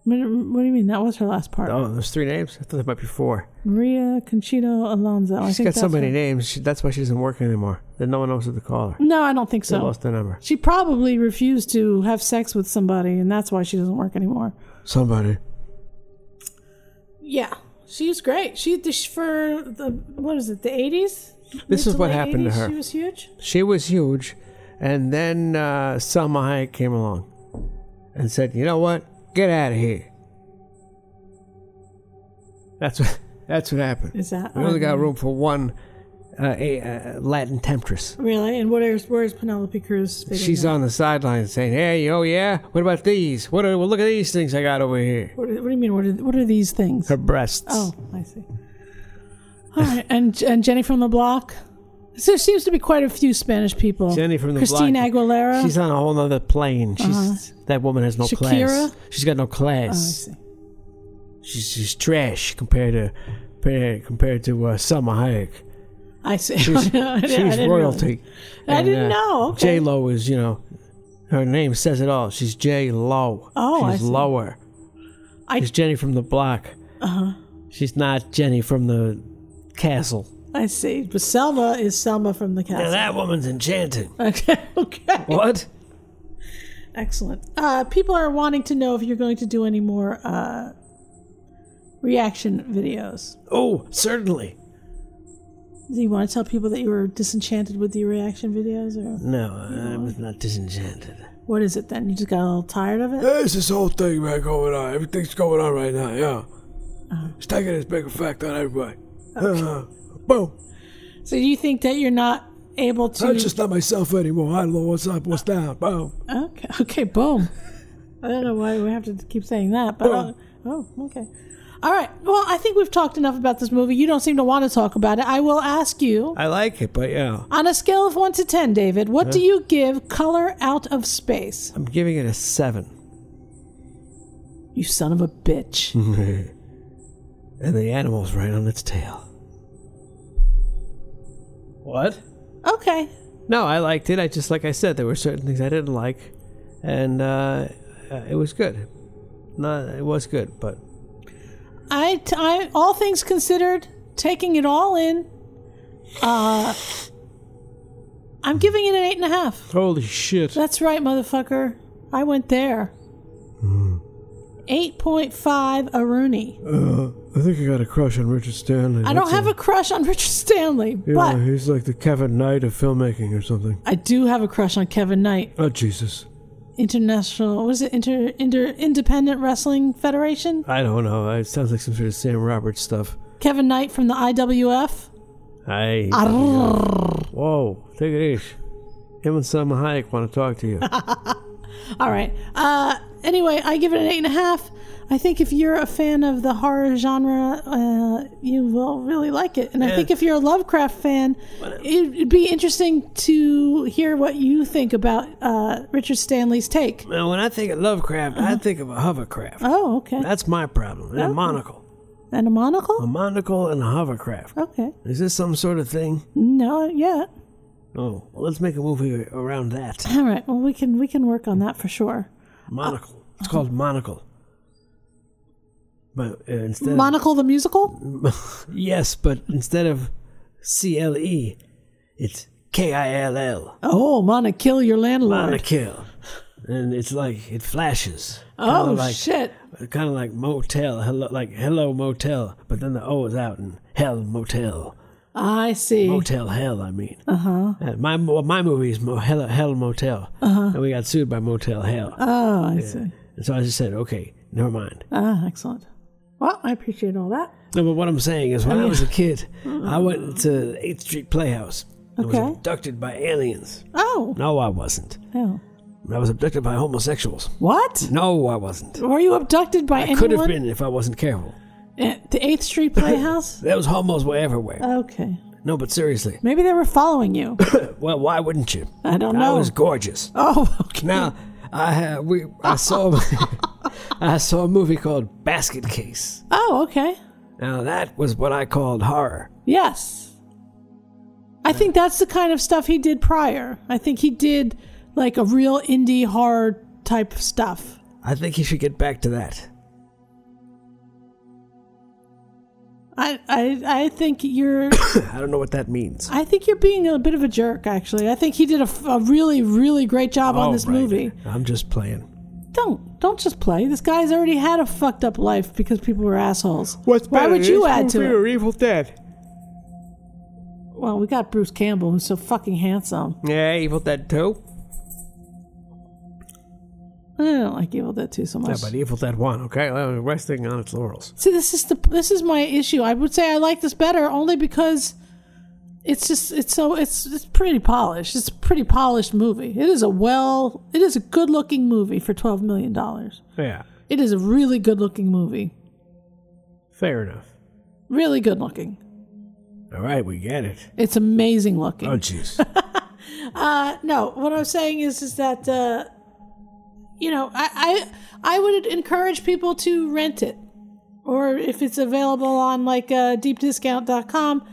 [SPEAKER 3] What what do you mean? That was her last part.
[SPEAKER 2] Oh, there's three names? I thought there might be four.
[SPEAKER 3] Maria Conchito Alonso. I
[SPEAKER 2] She's
[SPEAKER 3] think
[SPEAKER 2] got so
[SPEAKER 3] that's
[SPEAKER 2] many
[SPEAKER 3] her-
[SPEAKER 2] names. She, that's why she doesn't work anymore. Then no one knows who to call her.
[SPEAKER 3] No, I don't think
[SPEAKER 2] They
[SPEAKER 3] so.
[SPEAKER 2] lost their number.
[SPEAKER 3] She probably refused to have sex with somebody, and that's why she doesn't work anymore.
[SPEAKER 2] Somebody.
[SPEAKER 3] Yeah, she was great. She the- sh- for the what is it? The eighties.
[SPEAKER 2] This is what happened to her.
[SPEAKER 3] She was huge.
[SPEAKER 2] She was huge, and then uh, Selma Hayek came along and said, "You know what? Get out of here." That's what. That's what happened.
[SPEAKER 3] Is that-
[SPEAKER 2] we only got room for one uh, a, uh Latin temptress?
[SPEAKER 3] Really? And where's where's Penelope Cruz? fitting
[SPEAKER 2] She's uh,
[SPEAKER 3] in?
[SPEAKER 2] on the sidelines saying, "Hey, oh yeah, what about these? What are, well, look at these things I got over here."
[SPEAKER 3] What, do- what do you mean? What are what are these things?
[SPEAKER 2] Her breasts.
[SPEAKER 3] Oh, I see. All right, and and Jenny from the Block. So there seems to be quite a few Spanish people.
[SPEAKER 2] Jenny from the
[SPEAKER 3] Christine
[SPEAKER 2] block.
[SPEAKER 3] Aguilera. Uh-huh.
[SPEAKER 2] She's on a whole other plane. She's that woman has no
[SPEAKER 3] Shakira?
[SPEAKER 2] class. She's got no
[SPEAKER 3] oh, I
[SPEAKER 2] class.
[SPEAKER 3] see.
[SPEAKER 2] She's she's trash compared to compared, compared to uh, Selma Hayek.
[SPEAKER 3] I see.
[SPEAKER 2] She's,
[SPEAKER 3] I didn't- I
[SPEAKER 2] she's
[SPEAKER 3] didn't
[SPEAKER 2] royalty.
[SPEAKER 3] I didn't know, okay.
[SPEAKER 2] J Lo is you know, her name says it all. She's J Lo.
[SPEAKER 3] Oh, I
[SPEAKER 2] she's
[SPEAKER 3] see.
[SPEAKER 2] lower.
[SPEAKER 3] I-
[SPEAKER 2] she's Jenny from the block.
[SPEAKER 3] Uh huh.
[SPEAKER 2] She's not Jenny from the castle.
[SPEAKER 3] I see. But Selma is Selma from the
[SPEAKER 2] Now
[SPEAKER 3] castle.
[SPEAKER 2] that woman's enchanted.
[SPEAKER 3] Okay. Okay.
[SPEAKER 2] What?
[SPEAKER 3] Excellent. Uh, people are wanting to know if you're going to do any more uh, reaction videos.
[SPEAKER 2] Oh, certainly.
[SPEAKER 3] Do you want to tell people that you were disenchanted with the reaction videos, or
[SPEAKER 2] No, I was not disenchanted.
[SPEAKER 3] what is it then? You just got a little tired of
[SPEAKER 2] Uh,
[SPEAKER 3] it?
[SPEAKER 9] There's this whole thing, man, going on. Everything's going on right now, yeah.
[SPEAKER 3] Uh-huh.
[SPEAKER 9] It's taking its big effect on everybody. Uh, boom.
[SPEAKER 3] So you think that you're not able to?
[SPEAKER 9] I'm just not myself anymore. I don't know what's up, what's down. Boom.
[SPEAKER 3] Okay. Okay. Boom. I don't know why we have to keep saying that, but uh, oh, okay. All right. Well, I think we've talked enough about this movie. You don't seem to want to talk about it. I will ask you
[SPEAKER 2] I like it, but yeah,
[SPEAKER 3] on a scale of one to ten, David. What do
[SPEAKER 2] Huh?
[SPEAKER 3] you give Color Out of Space?
[SPEAKER 2] I'm giving it a seven.
[SPEAKER 3] You son of a bitch.
[SPEAKER 9] Mm-hmm.
[SPEAKER 2] and the animal's right on its tail. What?
[SPEAKER 3] Okay.
[SPEAKER 2] No, I liked it. I just, like I said, there were certain things I didn't like, and uh, uh, it was good. No, it was good, but
[SPEAKER 3] I, t- I all things considered, taking it all in, uh, I'm giving it an eight and a half.
[SPEAKER 2] holy shit!
[SPEAKER 3] That's right, motherfucker. I went there. 8.5 Aruni.
[SPEAKER 9] Hmm. Uh, I think I got a crush on Richard Stanley.
[SPEAKER 3] I don't have a crush on Richard Stanley,
[SPEAKER 9] Yeah,
[SPEAKER 3] but
[SPEAKER 9] he's like the Kevin Knight of filmmaking or something.
[SPEAKER 3] I do have a crush on Kevin Knight.
[SPEAKER 9] Oh Jesus!
[SPEAKER 3] International, what is it? Inter, Inter Independent Wrestling Federation.
[SPEAKER 2] I don't know. It sounds like some sort of Sam Roberts stuff.
[SPEAKER 3] Kevin Knight from the IWF.
[SPEAKER 2] Hey.
[SPEAKER 3] Arrrr.
[SPEAKER 2] Whoa, take it easy. Him and Selma Hayek want to talk to you.
[SPEAKER 3] All right. Uh, anyway, I give it an eight and a half. I think if you're a fan of the horror genre, uh, you will really like it. And I
[SPEAKER 15] Yeah.
[SPEAKER 3] think if you're a Lovecraft fan, it, would be interesting to hear what you think about uh, Richard Stanley's take.
[SPEAKER 2] now, when I think of Lovecraft, I think of a hovercraft.
[SPEAKER 3] Oh, okay.
[SPEAKER 2] That's my problem. And
[SPEAKER 3] Okay.
[SPEAKER 2] a monocle.
[SPEAKER 3] And a monocle?
[SPEAKER 2] A monocle and a hovercraft.
[SPEAKER 3] Okay.
[SPEAKER 2] Is this some sort of thing?
[SPEAKER 3] No, yeah.
[SPEAKER 2] Oh, well, let's make a movie around that.
[SPEAKER 3] All right. Well, we can we can work on that for sure.
[SPEAKER 2] Monocle. It's called Monocle. But uh, instead of-
[SPEAKER 3] Monocle the musical?
[SPEAKER 2] yes, but instead of C L E, it's K I L L.
[SPEAKER 3] Oh, Mona kill your landlord.
[SPEAKER 2] Monocle. And it's like it flashes.
[SPEAKER 3] Oh,
[SPEAKER 2] Kinda like,
[SPEAKER 3] shit.
[SPEAKER 2] Kind of like motel, hello, like hello motel, but then the O is out and hell motel,
[SPEAKER 3] I see.
[SPEAKER 2] motel hell. I mean,
[SPEAKER 3] Uh huh.
[SPEAKER 2] Uh, my well, my movie is Mo- hell, hell motel,
[SPEAKER 3] Uh-huh.
[SPEAKER 2] and we got sued by motel hell.
[SPEAKER 3] Oh, I
[SPEAKER 2] Yeah.
[SPEAKER 3] see.
[SPEAKER 2] And so I just said, okay, never mind.
[SPEAKER 3] Ah, excellent. Well, I appreciate all that.
[SPEAKER 2] No, but what I'm saying is, when
[SPEAKER 3] I
[SPEAKER 2] I,
[SPEAKER 3] mean-
[SPEAKER 2] was a kid, I went to Eighth Street Playhouse. and
[SPEAKER 3] Mm-hmm. Okay.
[SPEAKER 2] was abducted by aliens.
[SPEAKER 3] Oh.
[SPEAKER 2] No, I wasn't.
[SPEAKER 3] Oh.
[SPEAKER 2] I was abducted by homosexuals.
[SPEAKER 3] What?
[SPEAKER 2] No, I wasn't.
[SPEAKER 3] Were you abducted by
[SPEAKER 2] I
[SPEAKER 3] anyone?
[SPEAKER 2] could have been if I wasn't careful.
[SPEAKER 3] At the 8th Street Playhouse?
[SPEAKER 2] Those homos were everywhere.
[SPEAKER 3] okay.
[SPEAKER 2] No, but seriously.
[SPEAKER 3] Maybe they were following you.
[SPEAKER 2] Well, why wouldn't you?
[SPEAKER 3] I don't
[SPEAKER 2] I
[SPEAKER 3] know.
[SPEAKER 2] was gorgeous.
[SPEAKER 3] Oh, okay.
[SPEAKER 2] Now, I ha we I saw I saw a movie called Basket Case.
[SPEAKER 3] Oh, okay.
[SPEAKER 2] Now that was what I called horror.
[SPEAKER 3] Yes. I think that's the kind of stuff he did prior. I think he did like a real indie horror type stuff.
[SPEAKER 2] I think you should get back to that.
[SPEAKER 3] I I, I think you're
[SPEAKER 2] I don't know what that means.
[SPEAKER 3] I think you're being a bit of a jerk actually. I think he did a, f- a really really great job on
[SPEAKER 2] All
[SPEAKER 3] this
[SPEAKER 2] Oh, right.
[SPEAKER 3] movie.
[SPEAKER 2] I'm just playing.
[SPEAKER 3] Don't don't just play. This guy's already had a fucked up life because people were assholes. Why would you add to it?
[SPEAKER 14] Evil Dead?
[SPEAKER 3] Well, we got Bruce Campbell who's so fucking handsome.
[SPEAKER 14] Yeah, Evil Dead 2.
[SPEAKER 3] I don't like Evil Dead 2 so much.
[SPEAKER 2] Yeah, but Evil Dead One, okay, Well, resting on its laurels.
[SPEAKER 3] See, this is the this is my issue. I would say I like this better only because it's just it's so it's it's pretty polished. It's a pretty polished movie. It is a well it is a good looking movie for twelve million dollars.
[SPEAKER 2] Yeah,
[SPEAKER 3] It is a really good looking movie.
[SPEAKER 2] fair enough.
[SPEAKER 3] Really good looking.
[SPEAKER 2] All right, we get it.
[SPEAKER 3] It's amazing looking.
[SPEAKER 2] Oh, jeez.
[SPEAKER 3] Uh, no, what I'm saying is is that uh, you know I, I I would encourage people to rent it, or if it's available on like uh, deepdiscount.com,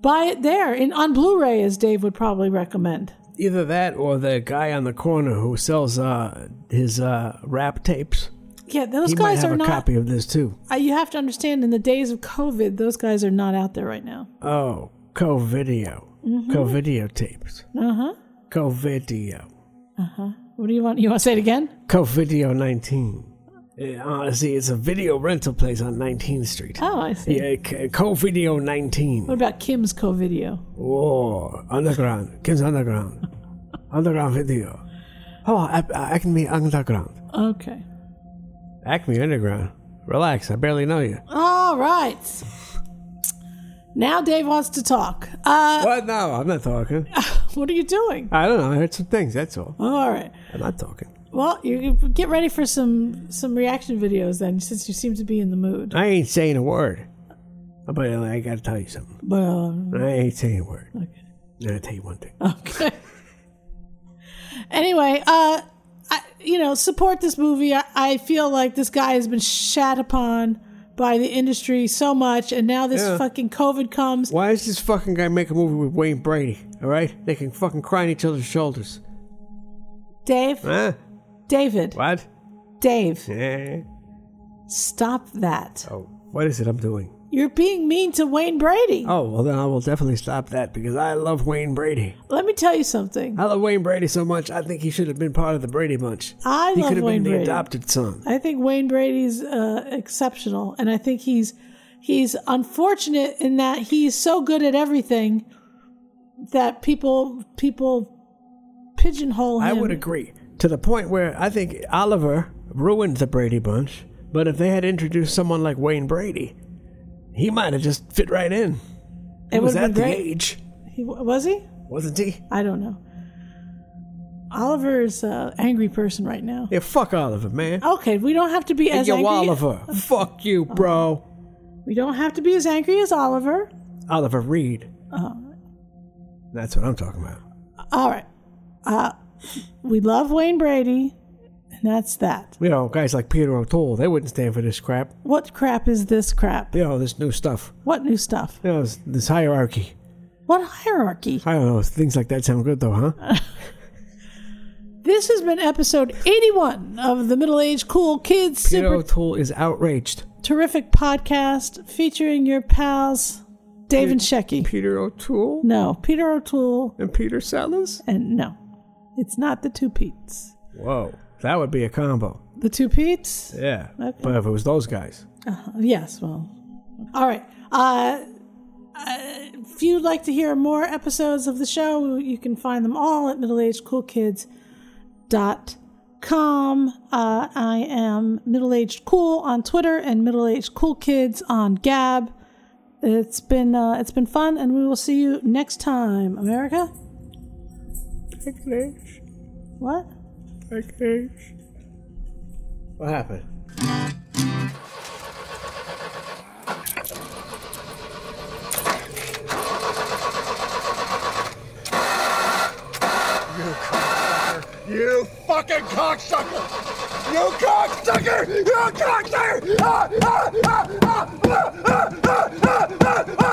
[SPEAKER 3] buy it there in on Blu-ray as Dave would probably recommend.
[SPEAKER 2] Either that or the guy on the corner who sells uh, his uh, rap tapes.
[SPEAKER 3] Yeah, those
[SPEAKER 2] he might
[SPEAKER 3] guys
[SPEAKER 2] have
[SPEAKER 3] are
[SPEAKER 2] a
[SPEAKER 3] not.
[SPEAKER 2] copy of this too.
[SPEAKER 3] Uh, you have to understand, in the days of COVID, those guys are not out there right now.
[SPEAKER 2] Oh, co-video,
[SPEAKER 3] Mhm.
[SPEAKER 2] co-video tapes,
[SPEAKER 3] Uh huh.
[SPEAKER 2] co-video,
[SPEAKER 3] Uh huh. What do you want? You want to say it again?
[SPEAKER 2] co-video nineteen. Uh, honestly, it's a video rental place on 19th Street.
[SPEAKER 3] Oh, I see.
[SPEAKER 2] Yeah, c- co-video 19.
[SPEAKER 3] What about Kim's co-video?
[SPEAKER 2] Oh, underground. Kim's underground. underground video. Oh, I, I can be underground.
[SPEAKER 3] Okay.
[SPEAKER 2] Acme Underground. Relax, I barely know you.
[SPEAKER 3] All right. Now Dave wants to talk. Uh,
[SPEAKER 2] what? No, I'm not talking.
[SPEAKER 3] what are you doing?
[SPEAKER 2] I don't know. I heard some things. That's all.
[SPEAKER 3] All right.
[SPEAKER 2] I'm not talking.
[SPEAKER 3] Well, you, you get ready for some some reaction videos then, since you seem to be in the mood.
[SPEAKER 2] I ain't saying a word. But uh, I gotta tell you something.
[SPEAKER 3] Well, um,
[SPEAKER 2] I ain't saying a word. Okay. I'm gonna tell you one thing.
[SPEAKER 3] Okay. anyway, uh, I, you know, support this movie. I, I feel like this guy has been shat upon by the industry so much, and now this
[SPEAKER 2] Yeah.
[SPEAKER 3] fucking COVID comes.
[SPEAKER 2] Why does this fucking guy make a movie with Wayne Brady? All right, they can fucking cry on each other's shoulders.
[SPEAKER 3] Dave,
[SPEAKER 2] Huh?
[SPEAKER 3] David,
[SPEAKER 2] What?
[SPEAKER 3] Dave,
[SPEAKER 2] Eh.
[SPEAKER 3] stop that.
[SPEAKER 2] Oh, what is it I'm doing?
[SPEAKER 3] You're being mean to Wayne Brady.
[SPEAKER 2] Oh, well, then I will definitely stop that because I love Wayne Brady.
[SPEAKER 3] Let me tell you something.
[SPEAKER 2] I love Wayne Brady so much, I think he should have been part of the Brady Bunch.
[SPEAKER 3] I
[SPEAKER 2] he
[SPEAKER 3] love
[SPEAKER 2] could have
[SPEAKER 3] Wayne
[SPEAKER 2] been the
[SPEAKER 3] Brady.
[SPEAKER 2] adopted son.
[SPEAKER 3] I think Wayne Brady's uh, exceptional, and I think he's he's unfortunate in that he's so good at everything that people people pigeonhole him.
[SPEAKER 2] I would agree to the point where I think Oliver ruined the Brady Bunch. But if they had introduced someone like Wayne Brady, he might have just fit right in. He
[SPEAKER 3] It
[SPEAKER 2] was
[SPEAKER 3] would've
[SPEAKER 2] at the
[SPEAKER 3] been great.
[SPEAKER 2] age,
[SPEAKER 3] He, was he?
[SPEAKER 2] wasn't he?
[SPEAKER 3] I don't know. Oliver is an angry person right now.
[SPEAKER 2] Yeah, fuck Oliver, man.
[SPEAKER 3] Okay, we don't have to be
[SPEAKER 2] and
[SPEAKER 3] as
[SPEAKER 2] yo,
[SPEAKER 3] angry.
[SPEAKER 2] Oliver,
[SPEAKER 3] Uh-huh.
[SPEAKER 2] fuck you, bro.
[SPEAKER 3] We don't have to be as angry as Oliver.
[SPEAKER 2] Oliver Reed.
[SPEAKER 3] Oh.
[SPEAKER 2] That's what I'm talking about.
[SPEAKER 3] All right. Uh, we love Wayne Brady, and that's that.
[SPEAKER 2] You know, guys like Peter O'Toole, they wouldn't stand for this crap.
[SPEAKER 3] What crap is this crap?
[SPEAKER 2] You know, this new stuff.
[SPEAKER 3] What new stuff?
[SPEAKER 2] You know, this, this hierarchy.
[SPEAKER 3] What hierarchy?
[SPEAKER 2] I don't know. Things like that sound good, though, huh?
[SPEAKER 3] Uh, This has been episode 81 of the Middle Age Cool Kids
[SPEAKER 2] Peter
[SPEAKER 3] Super
[SPEAKER 2] O'Toole is outraged.
[SPEAKER 3] Terrific Podcast featuring your pals, Dave and Shecky.
[SPEAKER 2] Peter O'Toole
[SPEAKER 3] No, Peter O'Toole,
[SPEAKER 2] and Peter Sellers?
[SPEAKER 3] and no, it's not the two Pete's.
[SPEAKER 2] Whoa. That would be a combo.
[SPEAKER 3] The two Pete's?
[SPEAKER 2] Yeah.
[SPEAKER 3] Okay.
[SPEAKER 2] But if it was those guys.
[SPEAKER 3] Uh, yes, well. All right. Uh, uh, if you'd like to hear more episodes of the show, you can find them all at middleagedcoolkids.com. Uh, I am middleagedcool on Twitter and middleagedcoolkids on Gab. It's been uh, it's been fun, and we will see you next time, America. What?
[SPEAKER 2] What happened?
[SPEAKER 5] You fucking cocksucker! You cocksucker! You cocksucker! Ah, ah, ah, ah, ah, ah, ah, ah, ah, ah.